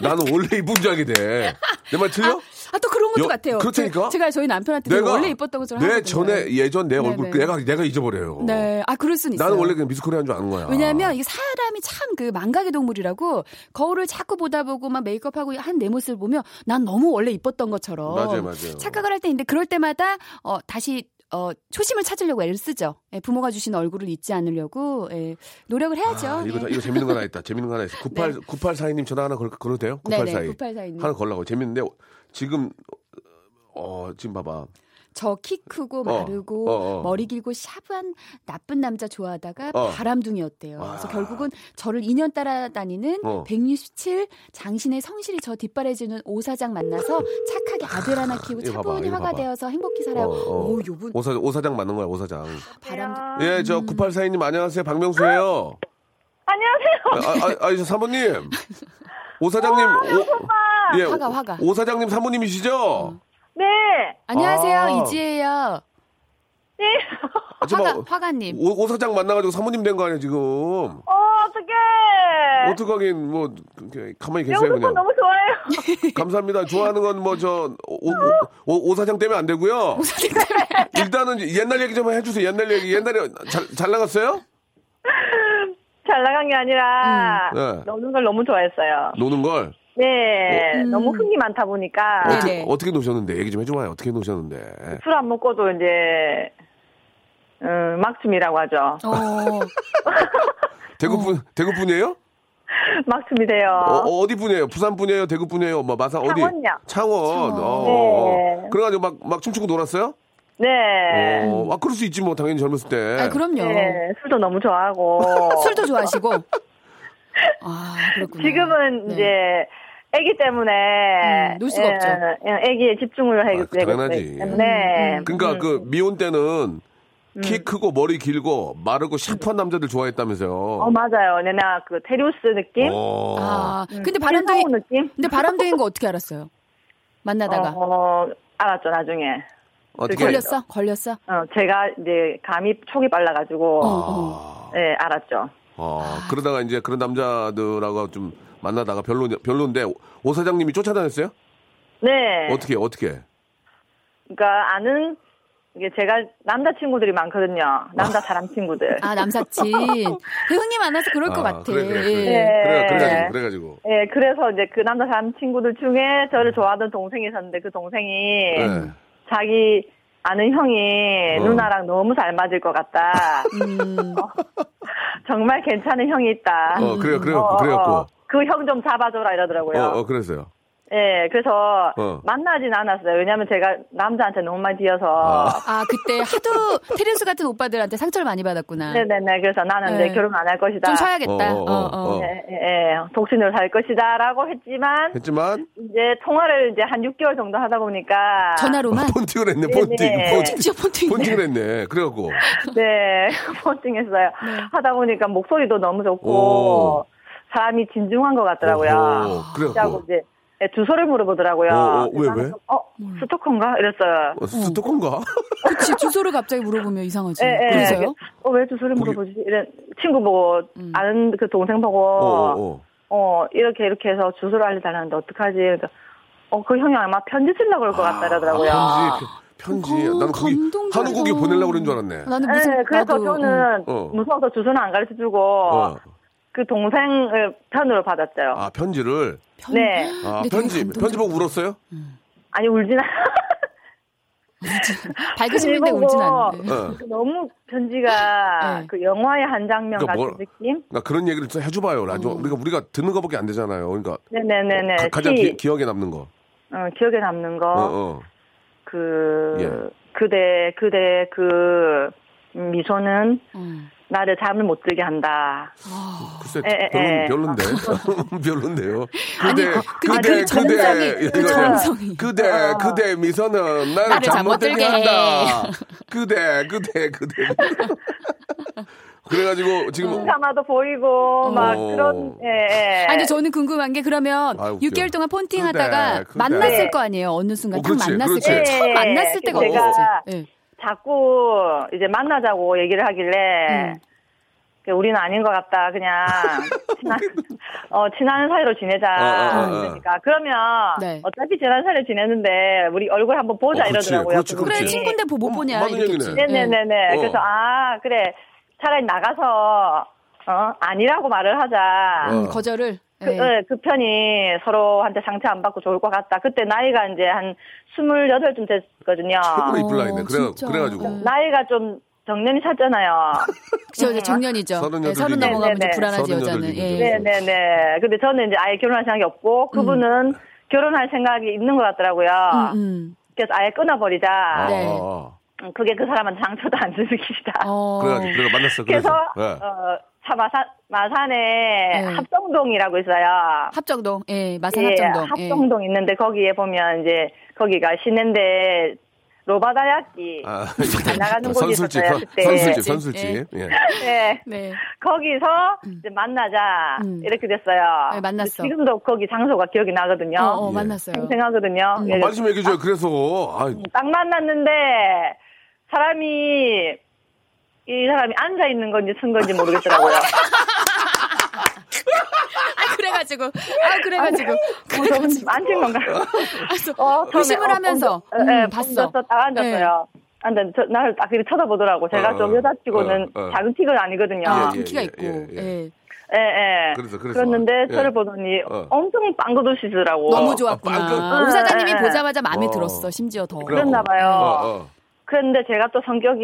나는 원래 이쁜 줄 알게 돼. 내 말 틀려? 아, 또 그런 것도 여- 같아요. 그렇다니까? 제- 제가 저희 남편한테 되게 내가 원래 이뻤던 것처럼 내 하거든요. 전에 예전 내 네네. 얼굴 내가 내가 잊어버려요. 네. 아, 그럴 수는 있어요. 나는 원래 그냥 미스코리아인 줄 아는 거야. 왜냐하면 이게 사람이 참 그 망각의 동물이라고 거울을 자꾸 보다 보고 막 메이크업하고 한 내 모습을 보면 난 너무 원래 이뻤던 것처럼 맞아요, 맞아요. 착각을 할 때인데 그럴 때마다 어, 다시 어, 초심을 찾으려고 애를 쓰죠. 예, 부모가 주신 얼굴을 잊지 않으려고 예, 노력을 해야죠. 아, 이거, 예. 네. 이거 재밌는 거 하나 있다. 재밌는 거 하나 있어. 98, 9842님 전화 하나 걸, 걸어도 돼요? 네네, 9842. 9842 님. 하나 걸라고. 재밌는데, 어, 지금, 어, 지금 봐봐. 저 키 크고 마르고 어, 어. 머리 길고 샤브한 나쁜 남자 좋아하다가 어. 바람둥이였대요. 그래서 결국은 저를 2년 따라다니는 어. 167 장신의 성실히 저 뒷바래주는 오사장 만나서 착하게 아들 하나 키우고 이거 봐봐, 차분히 이거 화가 봐봐. 되어서 행복히 어, 살아요. 어. 오, 요분 오사, 오사장 맞는 거야, 오사장. 바람둥이. 예, 저 음. 9842님 안녕하세요. 박명수예요 안녕하세요. 아, 아, 아, 저 사모님. 오사장님. 오, 예, 아, 화가, 어, 화가. 오사장님 사모님이시죠? 네. 안녕하세요. 아. 이지혜요. 네. 아, 저 화가, 뭐, 화가님. 오, 오사장 만나가지고 사모님 된 거 아니에요, 지금. 어, 네. 어떡해. 어떡하긴, 뭐, 그렇게 가만히 계세요, 명수 그냥. 씨 너무 좋아해요. 감사합니다. 좋아하는 건 뭐, 저, 오, 오, 오, 오사장 때문에 안 되고요. 일단은 옛날 얘기 좀 해주세요, 옛날 얘기. 옛날에 잘, 잘 나갔어요? 잘 나간 게 아니라 음. 네. 노는 걸 너무 좋아했어요. 노는 걸. 네. 음. 너무 흥이 많다 보니까 네. 어. 어떻게, 어떻게 노셨는데? 얘기 좀 해줘봐요. 어떻게 노셨는데? 술 안 먹고도 이제 음, 막춤이라고 하죠. 어, 어. 대구분, 대구분이에요? 막춤이 돼요. 어, 어디 분이에요? 부산 분이에요? 대구 분이에요? 뭐 마산 어디? 창원요. 창원. 창원. 어, 어. 네. 그래가지고 막, 막 춤추고 놀았어요? 네. 어, 아, 그럴 수 있지 뭐 당연히 젊었을 때. 아, 그럼요. 네, 술도 너무 좋아하고. 술도 좋아하시고. 아, 그렇군요. 지금은 네. 이제 아기 때문에 음, 놀 수가 없죠. 예, 아기에 집중을 하기 아, 당연하지. 음, 네. 그러니까 그 미혼 때는 음. 키 크고 머리 길고 마르고 샤프한 남자들 좋아했다면서요. 어 맞아요. 내나 그 테리우스 느낌, 어. 아, 근데 바람둥이 신성우 음, 느낌. 근데 바람둥인 거 어떻게 알았어요? 만나다가 어, 알았죠 나중에. 어떻게 걸렸어? 걸렸어? 어, 제가 이제 감이 촉이 빨라가지고 어, 예 어. 알았죠. 아, 어, 아. 그러다가 이제 그런 남자들하고 좀 만나다가 별로 별론데 오- 오 사장님이 쫓아다녔어요? 네. 어떻게 어떻게? 그러니까 아는 이게 제가 남자 친구들이 많거든요. 남자 사람 친구들. 아 남사친 그 흥이 많아서 그럴 것 아, 같아. 그래 그래 그래. 예. 그래 네. 그래가지고 그래가지고. 예, 그래서 이제 그 남자 사람 친구들 중에 저를 좋아하던 동생이 있었는데 그 동생이 음. 네. 자기 아는 형이 어. 누나랑 너무 잘 맞을 것 같다. 어. 음, 정말 괜찮은 형이 있다. 어 그래 그래 그래갖고. 그 형 좀 잡아줘라 이러더라고요. 어, 어, 그랬어요. 예, 그래서 어. 만나진 않았어요. 왜냐면 제가 남자한테 너무 많이 뒤어서. 아 그때 하도 테리우스 같은 오빠들한테 상처를 많이 아. 받았구나. 네네네. 그래서 나는 네. 이제 결혼 안 할 것이다. 좀 쉬어야겠다. 어, 어, 어, 어, 어. 어. 예, 예, 예. 독신으로 살 것이다라고 했지만 했지만 네. 이제 통화를 이제 한 6개월 정도 하다 보니까 전화로만 폰팅을 했네. 폰팅. 네네. 폰팅. 진짜 폰팅. 폰팅을 했네. 그래갖고 어, 네, 폰팅했어요. 네. 하다 보니까 목소리도 너무 좋고 오. 사람이 진중한 것 같더라고요. 오, 하고 그래갖고 이제 예, 주소를 물어보더라고요. 어, 어, 왜, 그래서 왜? 나는 어, 스토커인가 이랬어요. 어, 스토커인가? 그치 주소를 갑자기 물어보면 이상하지. 예, 예. 그래서요? 어, 왜 주소를 거기- 물어보지? 이런 친구 보고 음. 아는 그 동생 보고 어, 어, 어, 어. 이렇게 이렇게 해서 주소를 알려달라는데 어떡하지? 그래서 어, 그 형이 아마 편지 쓰려고 그럴 것 같다라더라고요. 아, 편지. 편지. 어, 나는 거기 감동적이다. 한우고기 보내려고 그런 줄 알았네. 나는 무슨 예, 그래서 나도 음. 저는 어. 무서워서 주소는 안 가르쳐 주고 어. 그 동생을 편으로 받았어요. 아, 편지를. 편... 네. 아, 근데 되게 편지. 감동적이다. 편지 보고 울었어요? 아니 울진 않. 밝으시는데 울진 않는데. 어. 너무 편지가 네. 그 영화의 한 장면 그러니까 같은 뭘- 느낌. 그러니까 그런 얘기를 좀 해줘봐요. 라디오. 어. 그러니까 우리가, 우리가 듣는 거밖에 안 되잖아요. 그러니까 네네네네. 가, 장 시, 기, 억에 남는 거. 어, 기억에 남는 거. 어, 어. 그 예. 그대 그대 그 미소는 음. 나를 잠을 못 들게 한다. 아. 글쎄, 에, 에, 에. 아, 별론, 별론데. 별론데요. 아니, 그대, 그- 근데 그대, 그 정성이, 그대, 그 이거- 정성이. 어, 그대, 그대 미소는 나를 잠 잠못 못 들게 들게 한다. 그대, 그대, 그대. 그래가지고 지금 눈감아도 음. 보이고 막 어. 그런. 예. 예. 아니 근데 저는 궁금한 게 그러면 아유, 웃겨. 6개월 동안 그래, 폰팅하다가 그래. 만났을 거 아니에요 어느 순간 어, 딱 그렇지, 만났을 그렇지. 때 처음 만났을 때가 제가- 어땠지? 예. 자꾸 이제 만나자고 얘기를 하길래 음. 그 우리는 아닌 것 같다 그냥 친한 어 친한 사이로 지내자 어, 어, 어, 어. 그러니까 그러면 네. 어차피 친한 사이로 지내는데 우리 얼굴 한번 보자 어, 그렇지, 이러더라고요 그렇지, 그래 그렇지. 그분이. 친구인데 뭐 못 어, 보냐 맞는 이렇겠지. 얘기네. 예. 네네네네 어. 그래서 아 그래 차라리 나가서 어 아니라고 말을 하자 어. 음, 거절을 네. 그, 예, 그 편이 서로한테 상처 안 받고 좋을 것 같다. 그때 나이가 이제 한 28쯤 됐거든요. 최고로 이쁠 어, 나이네. 그래, 진짜. 그래가지고. 음. 나이가 좀 정년이 찼잖아요. 그죠, 이제 정년이죠. 서른여덟 네, 서른 리그. 넘어가면 좀 네네. 불안하지, 서른여덟 여자는. 리그죠. 예. 네네네. 근데 저는 이제 아예 결혼할 생각이 없고 그분은 결혼할 생각이 있는 것 같더라고요. 음, 음. 그래서 아예 끊어버리자. 아, 네. 음, 그게 그 사람한테 상처도 안 주기시다. 어. 그래가지고, 그래, 만났어. 그래서 그래서. 예. 어, 차 마산 마산에 네. 합정동이라고 있어요. 합정동, 예, 마산 예, 합정동. 예. 합정동 있는데 거기에 보면 이제 거기가 시내인데 로바다야끼 아, 안 나가는 곳이 선술집, 있었어요. 그때. 선술집, 예. 선술집. 예. 네, 네. 거기서 이제 만나자 음. 이렇게 됐어요. 네, 만났어. 지금도 거기 장소가 기억이 나거든요. 어, 어, 예. 만났어요. 생생하거든요. 음. 예, 빨리 좀 얘기해줘요. 어, 그래서. 아, 딱 만났는데 사람이 이 사람이 앉아 있는 건지 쓴 건지 모르겠더라고요. 어, 아, 그래가지고. 아, 그래가지고. 어, 저분 앉은 건가요? 그래서 어, 처음에 의심을 어, 하면서 엉겨- 음, 예, 예, 봤어. 예. 엉겨서 딱 앉았어요. 앉았는데 저, 나를 딱 이렇게 쳐다보더라고. 제가 어, 좀 여자치고는 어, 어. 작은 틱은 아니거든요. 아, 예, 예, 좀 키가 예, 있고. 예, 예. 예. 예, 예. 그래서, 그래서. 그랬는데 예. 저를 보더니 어. 엄청 빵긋으시더라고. 너무 아, 좋았구나. 아, 오 사장님이 아, 아. 보자마자 마음에 어. 들었어, 심지어 더. 그래갖고. 그랬나 봐요. 어, 어. 그런데 제가 또 성격이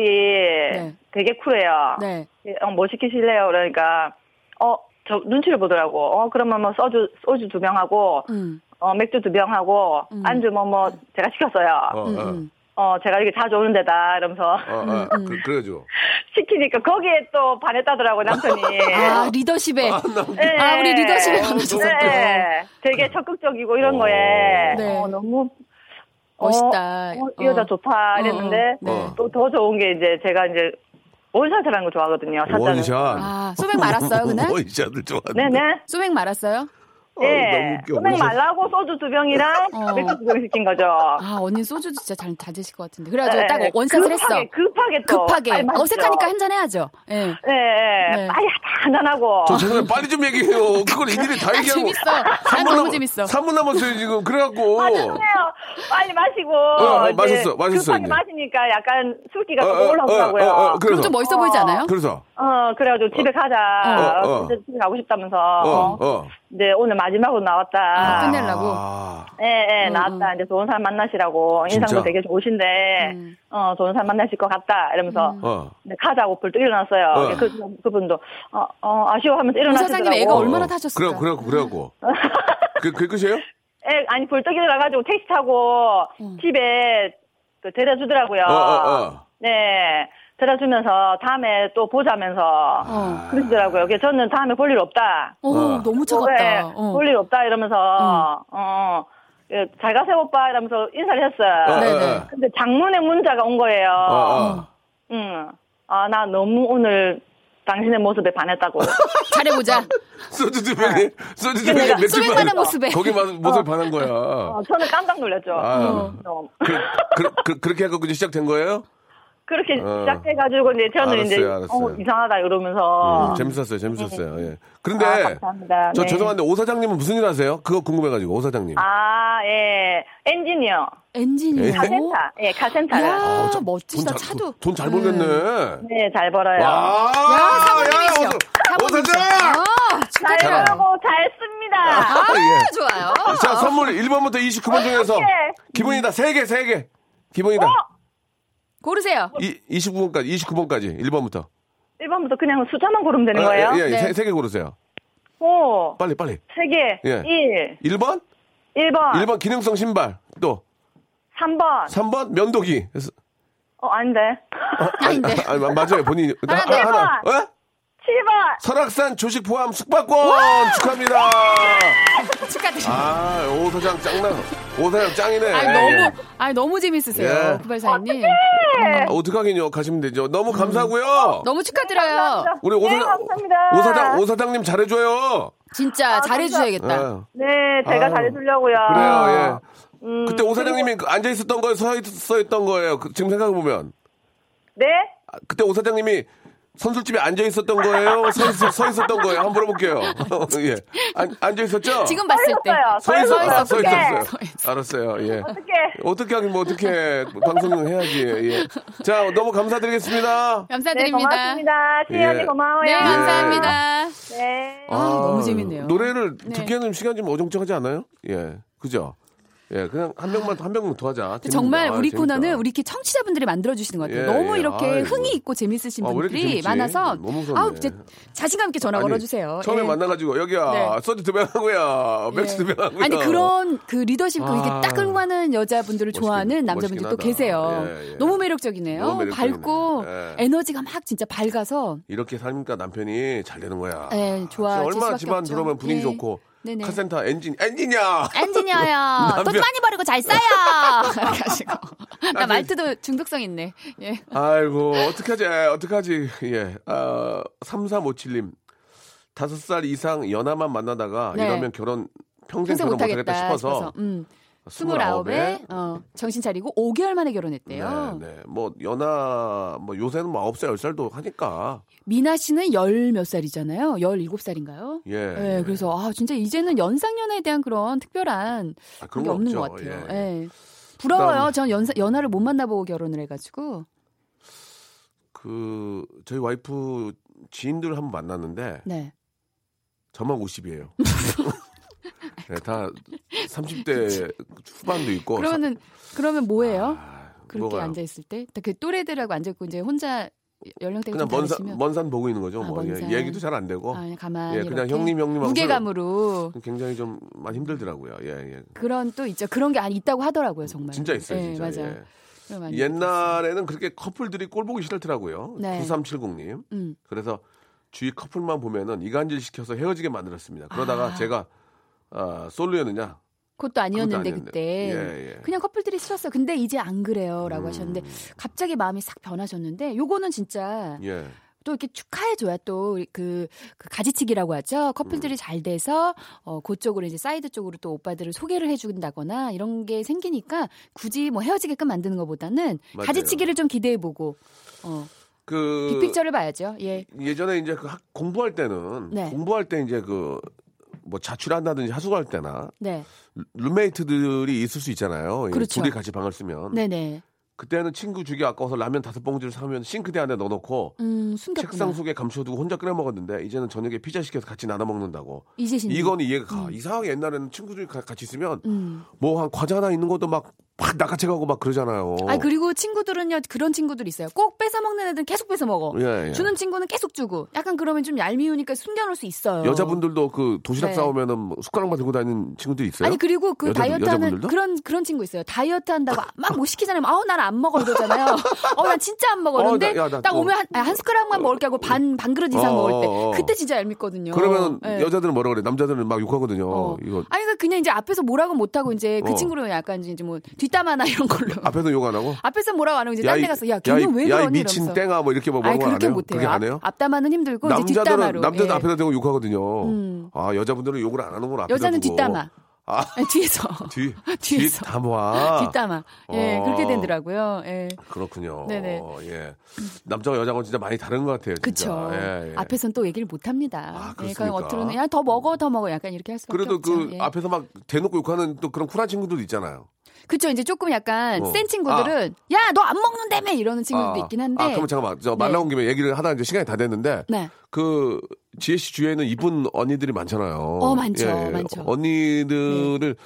되게 쿨해요. 네. 예, 어, 뭐 시키실래요? 그러니까 어, 저 눈치를 보더라고. 어, 그러면 뭐 소주 소주 두 병하고 음, 어, 맥주 두 병하고 음. 안주 뭐 뭐 제가 시켰어요. 어, 어. 음, 어. 음. 제가 이렇게 자주 오는 데다 이러면서 어, 어, 그, 그래가지고. 시키니까 거기에 또 반했다더라고 남편이. 아, 리더십에. 네. 아, 우리 리더십에 반하셔서 또. 네. 되게 적극적이고 이런 어. 거에 네. 어, 너무 어, 멋있다. 어, 이 여자 어. 좋다 이랬는데 어, 어. 네. 또 더 좋은 게 이제 제가 이제 원샷이라는 거 좋아하거든요. 샷자는. 원샷. 아, 소맥 말았어요, 그날? 원샷을 좋아하는데. 네네. 소맥 말았어요? 어, 너무 예. 웃겨. 소맥 원샷. 말라고 소주 두 병이랑 어. 맥주 두 병 시킨 거죠. 아, 언니 소주도 진짜 잘, 잘 드실 것 같은데. 그래가지고 예, 딱 예. 원샷을 급하게, 했어. 급하게 또. 급하게. 빨리 마시죠. 어색하니까 한잔 해야죠. 예. 예, 예. 네. 빨리 한잔하고. 저 죄송해요. 빨리 좀 얘기해요. 그걸 이들이 다 아, 얘기하고. 재밌어. 난 너무 재밌어. 3분 남았어요, 지금. 그래갖고. 아, 죄송해요. 빨리 마시고. 어, 이제 마셨어, 마셨어, 급하게 이제. 마시니까 약간 술기가 어, 좀 어, 올라오더라고요. 어, 어, 어, 그럼 그래서. 좀 멋있어 보이지 않아요? 그래서. 어, 그래가지고 집에 가자. 어, 어. 진짜 집에 가고 싶다면서. 어, 어. 이제 오늘 마지막으로 나왔다. 아, 끝내려고. 아, 예, 예, 음, 나왔다. 이제 좋은 사람 만나시라고. 진짜? 인상도 되게 좋으신데, 음. 어, 좋은 사람 만나실 것 같다. 이러면서. 어. 네, 가자고 벌떡 일어났어요. 어. 그, 그분도, 어, 어, 아쉬워하면서 우 일어나시더라고. 사장님 애가 얼마나 그래, 타셨을까? 그래갖고, 그래갖고. 그, 그게 끝이에요? 예, 아니, 벌떡 일어나가지고 택시 타고 집에 그 데려주더라고요. 어, 어, 어. 네. 데려주면서 다음에 또 보자면서 그러시더라고요. 그래서 저는 다음에 볼 일 없다. 어, 아. 너무 네, 차갑다. 어. 볼 일 없다 이러면서, 어, 예, 잘 가세요, 오빠 이러면서 인사를 했어요. 어, 네네. 어, 어. 근데 장문의 문자가 온 거예요. 어, 어. 응. 아, 나 너무 오늘 당신의 모습에 반했다고. 잘해보자. 소주 두 병에, 소주 두 병에 내가 맥주 소맥 반. 바닥 모습에. 거기 만 모습을 반한 거야. 어, 저는 깜짝 놀랐죠. 아. 어. 그, 그, 그, 그렇게 해갖고 이제 시작된 거예요? 그렇게 어. 시작해가지고 이제 저는 알았어요, 이제 알았어요. 어, 이상하다 이러면서. 음, 재밌었어요, 재밌었어요. 예. 그런데 아, 감사합니다. 저 네. 죄송한데 오 사장님은 무슨 일 하세요? 그거 궁금해가지고 오 사장님. 아, 예. 엔지니어. 엔지니어. 카센터. 예, 카센터를. 야, 아, 저- 멋지다. 돈 잘- 차도. 돈 잘 벌겠네. 네, 잘 벌어요. 와, 야, 사모님이시죠? 오 사장. 아, 잘 축하해요. 벌고 잘 씁니다. 아, 예. 좋아요. 자, 선물 1번부터 29번 중에서 오케이. 기본이다. 3개, 3개. 기본이다. 고르세요. 이, 29번까지, 29번까지. 1번부터. 1번부터 그냥 숫자만 고르면 되는 거예요? 예, 예. 네. 3, 개 고르세요. 오, 빨리, 빨리. 3개. 예. 1. 1번? 1번. 1번 기능성 신발. 또 3번. 3번 면도기. 어, 아닌데. 아닌데. 아, 마- 맞아요. 본인이. 하나, 둘, 어? 7번. 설악산 조식 포함 숙박권 축하합니다. 축하드립니다. 아, 오 사장 짱나. 오 사장 짱이네. 아, 예. 너무, 아, 너무 재밌으세요. 예. 구발사님. 아, 어떡하긴요. 가시면 되죠. 너무 감사하고요. 너무 축하드려요. 우리 오 네, 사장 감사합니다. 오 사장 오 사장님 잘해 줘요. 아, 진짜 잘해주셔야겠다. 네, 제가 아유, 잘해주려고요. 아, 그래요. 예. 그때 오 사장님이 앉아 있었던 거예요, 서 있- 서 있던 거예요. 그- 지금 생각해 보면 네? 그때 오 사장님이 선술집에 앉아 있었던 거예요? 서, 있, 서 있었던 거예요? 한번 물어볼게요. 예. 안, 앉아 있었죠? 지금 봤을 때. 예. 있었어요. 네. 서 있었, 서 아, 있었어요. 서 어떡해. 있었어요. 알았어요. 예. 어떻게 어떻게 하긴 뭐 어떻게 방송을 해야지. 예. 자, 너무 감사드리겠습니다. 네, 감사드립니다. 고맙습니다. 시혜 언니 예. 고마워요. 네, 감사합니다. 네. 아, 너무 재밌네요. 노래를 네. 듣기에는 시간 좀 어정쩡하지 않아요? 예. 그죠? 예, 그냥 한 명만 한 명만 더 하자. 재밌다. 정말 아, 우리 재밌다. 코너는 우리 이렇게 청취자분들이 만들어주시는 것 같아요. 예, 너무 예. 이렇게 아이고. 흥이 있고 재밌으신 아, 왜 이렇게 분들이 재밌지? 많아서 너무 무섭네. 아우 이제 자신감 있게 전화 아니, 걸어주세요. 처음에 예. 만나가지고 여기야 네. 소주 두 병 하고야 맥주 두 예. 병 하고야. 아니 그런 그 리더십 그 이게 아. 딱 끌고 가는 여자분들을 멋있긴- 좋아하는 남자분들이 멋있긴 또 하다. 계세요. 예, 예. 너무 매력적이네요. 너무 매력적이네. 밝고 예. 에너지가 막 진짜 밝아서 이렇게 살니까 남편이 잘 되는 거야. 예, 좋아질 진짜 얼마나 수밖에 집안 없죠. 들어오면 분위기 예. 좋고 네네. 카센터 엔진 엔진이야. 엔지니어요. 돈 남편- 많이 버리고 잘 싸요. 가시고. 나 말투도 중독성 있네. 예. 아이고 어떡하지 어떡하지 예. 아 3357님 다섯 살 이상 연하만 만나다가 네. 이러면 결혼 평생, 평생 결혼 못하겠다 못하겠다 싶어서 음. 스물아홉에 29에 어, 정신 차리고 5개월 만에 결혼했대요. 네, 네. 뭐 연하 뭐 요새는 뭐 아홉 살 열 살도 하니까 미나 씨는 열 몇 살이잖아요. 17살인가요? 예. 네, 예. 그래서 아 진짜 이제는 연상연하에 대한 그런 특별한 아, 그런 그런 게 거 없는 것 없죠. 같아요. 예, 예. 예. 부러워요. 그다음에- 전 연사, 연하를 못 만나보고 결혼을 해가지고. 그 저희 와이프 지인들 한 번 만났는데 네. 저만 50이에요. 네, 다 30대 후반도 있고 그러면은 그러면 뭐예요? 뭐 아, 그렇게 뭐가요? 앉아 있을 때? 다그 또래들하고 앉아 있고 이제 혼자 연령대가 그냥 좀 먼산 다르시면 먼산 보고 있는 거죠. 아, 뭐. 먼산. 예, 얘기도 잘 안 되고 아, 그냥 가만히 예, 그냥 이렇게 형님, 형님하고 무게감으로 굉장히 좀 많이 힘들더라고요. 예, 예. 그런 또 있죠. 그런 게 아니 있다고 하더라고요, 정말. 진짜 있어요, 예, 진짜. 맞아요. 예. 그런 거 많이 있어요. 옛날에는 그렇게 커플들이 꼴 보기 싫더라고요. 네. 9370님. 음. 그래서 주위 커플만 보면은 이간질 시켜서 헤어지게 만들었습니다. 그러다가 아. 제가 아, 솔로였느냐? 그것도 아니었는데 그것도 아니었는데. 그때 예, 예. 그냥 커플들이 싫었어요. 근데 이제 안 그래요라고 음. 하셨는데 갑자기 마음이 싹 변하셨는데 요거는 진짜 예. 또 이렇게 축하해줘야 또그 그 가지치기라고 하죠. 음. 커플들이 잘 돼서 어, 그쪽으로 이제 사이드 쪽으로 또 오빠들을 소개를 해준다거나 이런 게 생기니까 굳이 뭐 헤어지게끔 만드는 것보다는 맞아요. 가지치기를 좀 기대해보고 어, 그 빅픽처를 봐야죠. 예. 예전에 이제 그 학- 공부할 때는 네. 공부할 때 이제 그 뭐 자출한다든지 하숙할 때나 네. 루- 룸메이트들이 있을 수 있잖아요. 예, 그렇죠. 둘이 같이 방을 쓰면 네네. 그때 그때는 친구 주기 아까워서 라면 다섯 봉지를 사면 싱크대 안에 넣어놓고 음, 숨겼구나. 책상 속에 감춰두고 혼자 끓여 먹었는데 이제는 저녁에 피자 시켜서 같이 나눠 먹는다고. 이제 신 이건 이해가 가. 이상하게 옛날에는 친구들이 가- 같이 있으면 음. 뭐 한 과자 하나 있는 것도 막, 팍 낚아채가고 막 그러잖아요. 아 그리고 친구들은요 그런 친구들 있어요. 꼭 뺏어 먹는 애들은 계속 뺏어 먹어. 예, 예. 주는 친구는 계속 주고. 약간 그러면 좀 얄미우니까 숨겨놓을 수 있어요. 여자분들도 그 도시락 네. 싸오면은 뭐 숟가락만 들고 다니는 친구들이 있어요. 아니 그리고 그 여자분- 다이어트하는 여자분들도? 그런 그런 친구 있어요. 다이어트 한다고 막 못 시키잖아요. 아우 난 안 먹어 이러잖아요. 어 난 진짜 안 먹어. 어, 그런데 나- 야, 나 딱 또- 오면 한, 아, 한 숟가락만 먹을 게 아니고 반, 반 그릇 이상 어, 먹을 때 어, 어. 그때 진짜 얄밉거든요. 그러면 예. 여자들은 뭐라 그래? 남자들은 막 욕하거든요. 어. 이거 아니 그러니까 그냥 이제 앞에서 뭐라고 못 하고 이제 그 어. 친구는 약간 이제 뭐 뒷담화나 이런 걸로 앞에서 욕 안 하고? 앞에서 뭐라고 안 하고 이제 딴 데 이- 가서 야 야, 걔는 이- 왜 야, 이 그러니 미친 이러면서. 땡아 뭐 이렇게 뭐 아니 뭐라고 안 그렇게 해요? 못해요. 그렇게 안 해요? 앞, 앞담화는 힘들고 이제 남자들은 뒷담화로. 남자들 예. 앞에다 대고 욕하거든요. 음. 아 여자분들은 욕을 안 하는 걸 앞에다 여자는 두고. 뒷담화. 아 아니, 네, 뒤에서 뒤, 뒤에서. 뒷담화. 뒷담화. 예, 어. 그렇게 되더라고요. 예. 그렇군요. 네네. 예. 남자와 여자가 진짜 많이 다른 것 같아요. 진짜. 그쵸. 예, 예. 앞에서는 또 얘기를 못 합니다. 아, 예, 그렇습니까? 그냥 어투로는 야, 더 먹어, 더 먹어. 약간 이렇게 할 수밖에 그래도 없죠. 그 예. 앞에서 막 대놓고 욕하는 또 그런 쿨한 친구들도 있잖아요. 그쵸. 이제 조금 약간 어. 센 친구들은 야, 너 안 먹는다며! 이러는 친구들도 아, 있긴 한데. 아, 그럼 잠깐만. 저 말 네. 나온 김에 얘기를 하다 이제 시간이 다 됐는데. 네. 그 지혜 씨 주위에는 이쁜 언니들이 많잖아요. 어, 많죠, 많죠. 네. 언니들을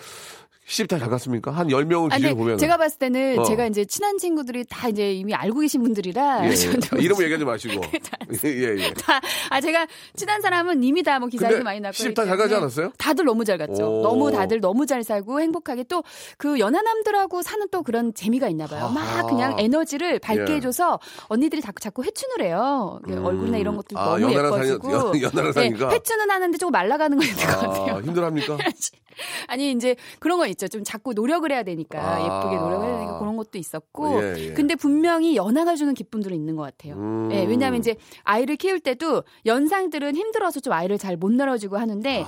시집다잘 갔습니까? 한 10명을 아, 기준으로 근데 보면. 제가 봤을 때는 어. 제가 이제 친한 친구들이 다 이제 이미 알고 계신 분들이라 예, 예. 저는 그 이름을 얘기하지 마시고. 예, 예, 예. 다, 아 제가 친한 사람은 이미 다 뭐 기사에도 근데 많이 났고 시집 다 이렇게 잘 가지 때문에 않았어요? 다들 너무 잘 갔죠. 오. 너무 다들 너무 잘 살고 행복하게 또 그 연하남들하고 사는 또 그런 재미가 있나 봐요. 막 아하. 그냥 에너지를 밝게 예. 해줘서 언니들이 자꾸 자꾸 회춘을 해요. 그 음. 얼굴이나 이런 것도 아, 너무 연하랑 사니- 예뻐지고 네, 연- 아. 연하랑 사니까. 회춘은 하는데 조금 말라가는 거 있는 것 같아요. 네. 아, 힘들합니까? 아니 이제 그런 거 있죠. 좀 자꾸 노력을 해야 되니까 아. 예쁘게 노력을 해야 되니까 그런 것도 있었고. 예, 예. 근데 분명히 연하가 주는 기쁨들은 있는 것 같아요. 음. 예, 왜냐하면 이제 아이를 키울 때도 연상들은 힘들어서 좀 아이를 잘 못 놀아주고 하는데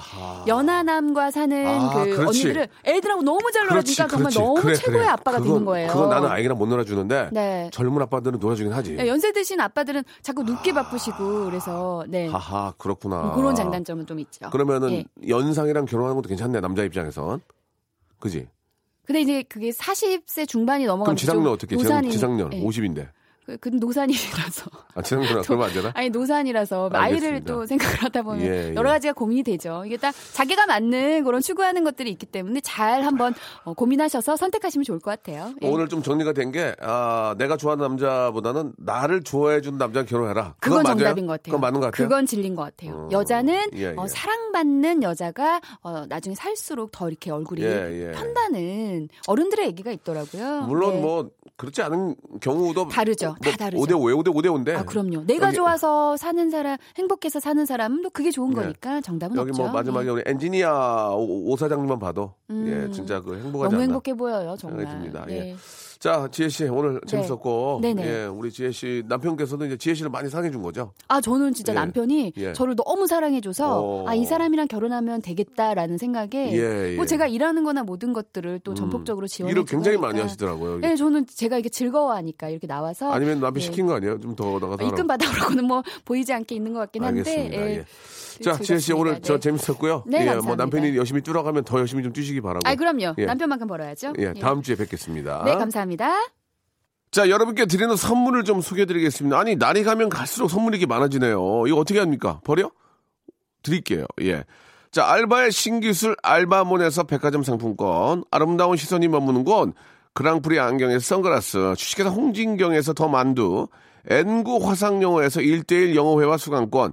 연하남과 사는 아, 그 그렇지. 언니들은 애들하고 너무 잘 그렇지, 놀아주니까 정말 그렇지. 너무 그래, 최고의 그래. 아빠가 그건, 되는 거예요. 그건 나는 아이랑 못 놀아주는데 네. 젊은 아빠들은 놀아주긴 하지. 예, 연세 드신 아빠들은 자꾸 눕게 바쁘시고 그래서 네 하하 그렇구나. 그런 장단점은 좀 있죠. 그러면은 예. 연상이랑 결혼하는 것도 괜찮네 남자 입장에선. 그지? 근데 이제 그게 40세 중반이 그럼 넘어가면 지상년 좀 어떻게? 노산이- 지상- 지상년 예. 50인데. 그, 그 노산이라서 아 지상년아 저- 그러면 안 되나? 아니 노산이라서 아이를 알겠습니다. 또 생각을 하다 보면 예, 예. 여러 가지가 고민이 되죠. 이게 딱 자기가 맞는 그런 추구하는 것들이 있기 때문에 잘 한번 어, 고민하셔서 선택하시면 좋을 것 같아요. 예. 오늘 좀 정리가 된 게, 아, 내가 좋아하는 남자보다는 나를 좋아해주는 남자랑 결혼해라. 그건 맞아요? 정답인 것 같아요. 그건 맞는 것 같아요. 그건 진리인 것 같아요. 음, 여자는 예, 어, 예. 사랑받는 여자가 어, 나중에 살수록 더 이렇게 얼굴이 예, 예. 편다는 어른들의 얘기가 있더라고요. 물론 네. 뭐, 그렇지 않은 경우도. 뭐 다르죠. 다 다르죠. 5대5, 5대5, 5대5인데. 아 그럼요. 네. 내가 여기- 좋아서 사는 사람, 행복해서 사는 사람도 그게 좋은 거니까 정답은 네. 여기 없죠. 뭐 마지막에 예. 우리 엔지니어 오, 오 사장님만 봐도 음. 예 진짜 그 행복하지 너무 않나 행복해 보여요, 정말. 생각이 듭니다. 네. 예. 자 지혜 씨 오늘 재밌었고 네네. 예 우리 지혜 씨 남편께서도 이제 지혜 씨를 많이 사랑해 준 거죠. 아 저는 진짜 예. 남편이 예. 저를 너무 사랑해줘서 어. 아 이 사람이랑 결혼하면 되겠다라는 생각에 예, 예. 뭐 제가 일하는거나 모든 것들을 또 전폭적으로 지원해 일을 주고 굉장히 하니까. 많이 하시더라고요. 네, 저는 제가 이렇게 즐거워하니까 이렇게 나와서 아니면 남편 예. 시킨 거 아니에요? 좀 더 나가서 하라고. 입금 받아오라고는 뭐 보이지 않게 있는 것 같긴 한데. 알겠습니다. 예. 예. 자, 지혜 씨 즐겁습니다. 오늘 저 네. 재밌었고요. 네, 예, 뭐 감사합니다. 남편이 열심히 뛰라고 하면 더 열심히 좀 뛰시기 바라고. 아 그럼요. 예. 남편만큼 벌어야죠. 예, 다음 주에 뵙겠습니다. 네, 감사합니다. 자, 여러분께 드리는 선물을 좀 소개해 드리겠습니다. 아니, 날이 가면 갈수록 선물이 이렇게 많아지네요. 이거 어떻게 합니까? 버려? 드릴게요. 예. 자, 알바의 신기술 알바몬에서 백화점 상품권, 아름다운 시선이 머무는 곳, 그랑프리 안경에서 선글라스, 주식회사 홍진경에서 더 만두, N구 화상영어에서 1대1 영어회화 수강권,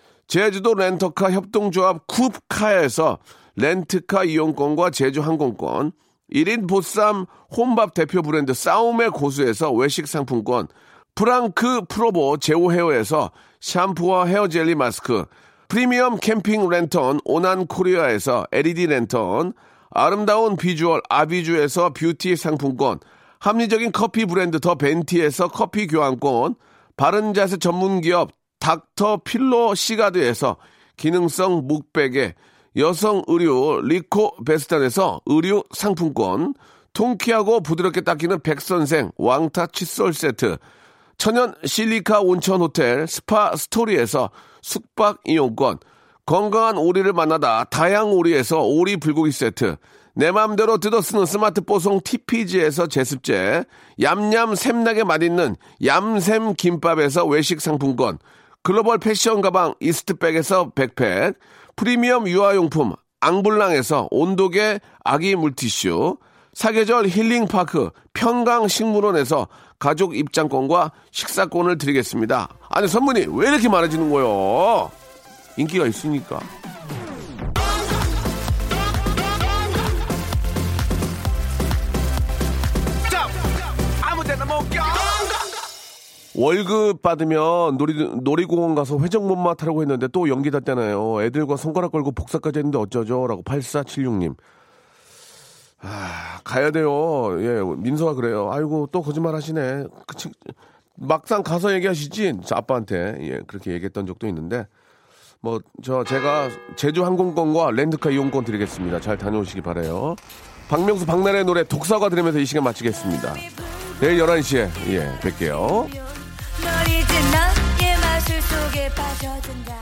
제주도 렌터카 협동조합 쿱카에서 렌트카 이용권과 제주 항공권, 1인 보쌈 혼밥 대표 브랜드 싸움의 고수에서 외식 상품권, 프랑크 프로보 제오 헤어에서 샴푸와 헤어 젤리 마스크, 프리미엄 캠핑 랜턴 오난 코리아에서 LED 랜턴, 아름다운 비주얼 아비주에서 뷰티 상품권, 합리적인 커피 브랜드 더 벤티에서 커피 교환권, 바른 자세 전문 기업 닥터 필로 시가드에서 기능성 목베개, 여성 의류 리코 베스탄에서 의류 상품권, 통키하고 부드럽게 닦이는 백선생 왕타 칫솔 세트, 천연 실리카 온천 호텔 스파 스토리에서 숙박 이용권, 건강한 오리를 만나다 다양 오리에서 오리 불고기 세트, 내 맘대로 뜯어 쓰는 스마트 뽀송 TPG에서 제습제, 얌얌 샘나게 맛있는 얌샘 김밥에서 외식 상품권, 글로벌 패션 가방 이스트백에서 백팩, 프리미엄 유아용품 앙블랑에서 온도계 아기 물티슈, 사계절 힐링파크 평강식물원에서 가족 입장권과 식사권을 드리겠습니다. 아니 선물이 왜 이렇게 많아지는 거예요? 인기가 있으니까. 월급 받으면 놀이, 놀이공원 가서 회전목마 타라고 했는데 또 연기 났잖아요. 애들과 손가락 걸고 복사까지 했는데 어쩌죠? 라고 8476님. 아, 가야 돼요. 예, 민서가 그래요. 아이고, 또 거짓말 하시네. 그 친- 막상 가서 얘기하시지. 저 아빠한테. 예, 그렇게 얘기했던 적도 있는데. 뭐, 저, 제가 제주 항공권과 렌트카 이용권 드리겠습니다. 잘 다녀오시기 바래요 박명수 박나래 노래 독사과 들으면서 이 시간 마치겠습니다. 내일 11시에, 예, 뵐게요. 널 잊은 너의 마술 속에 빠져든다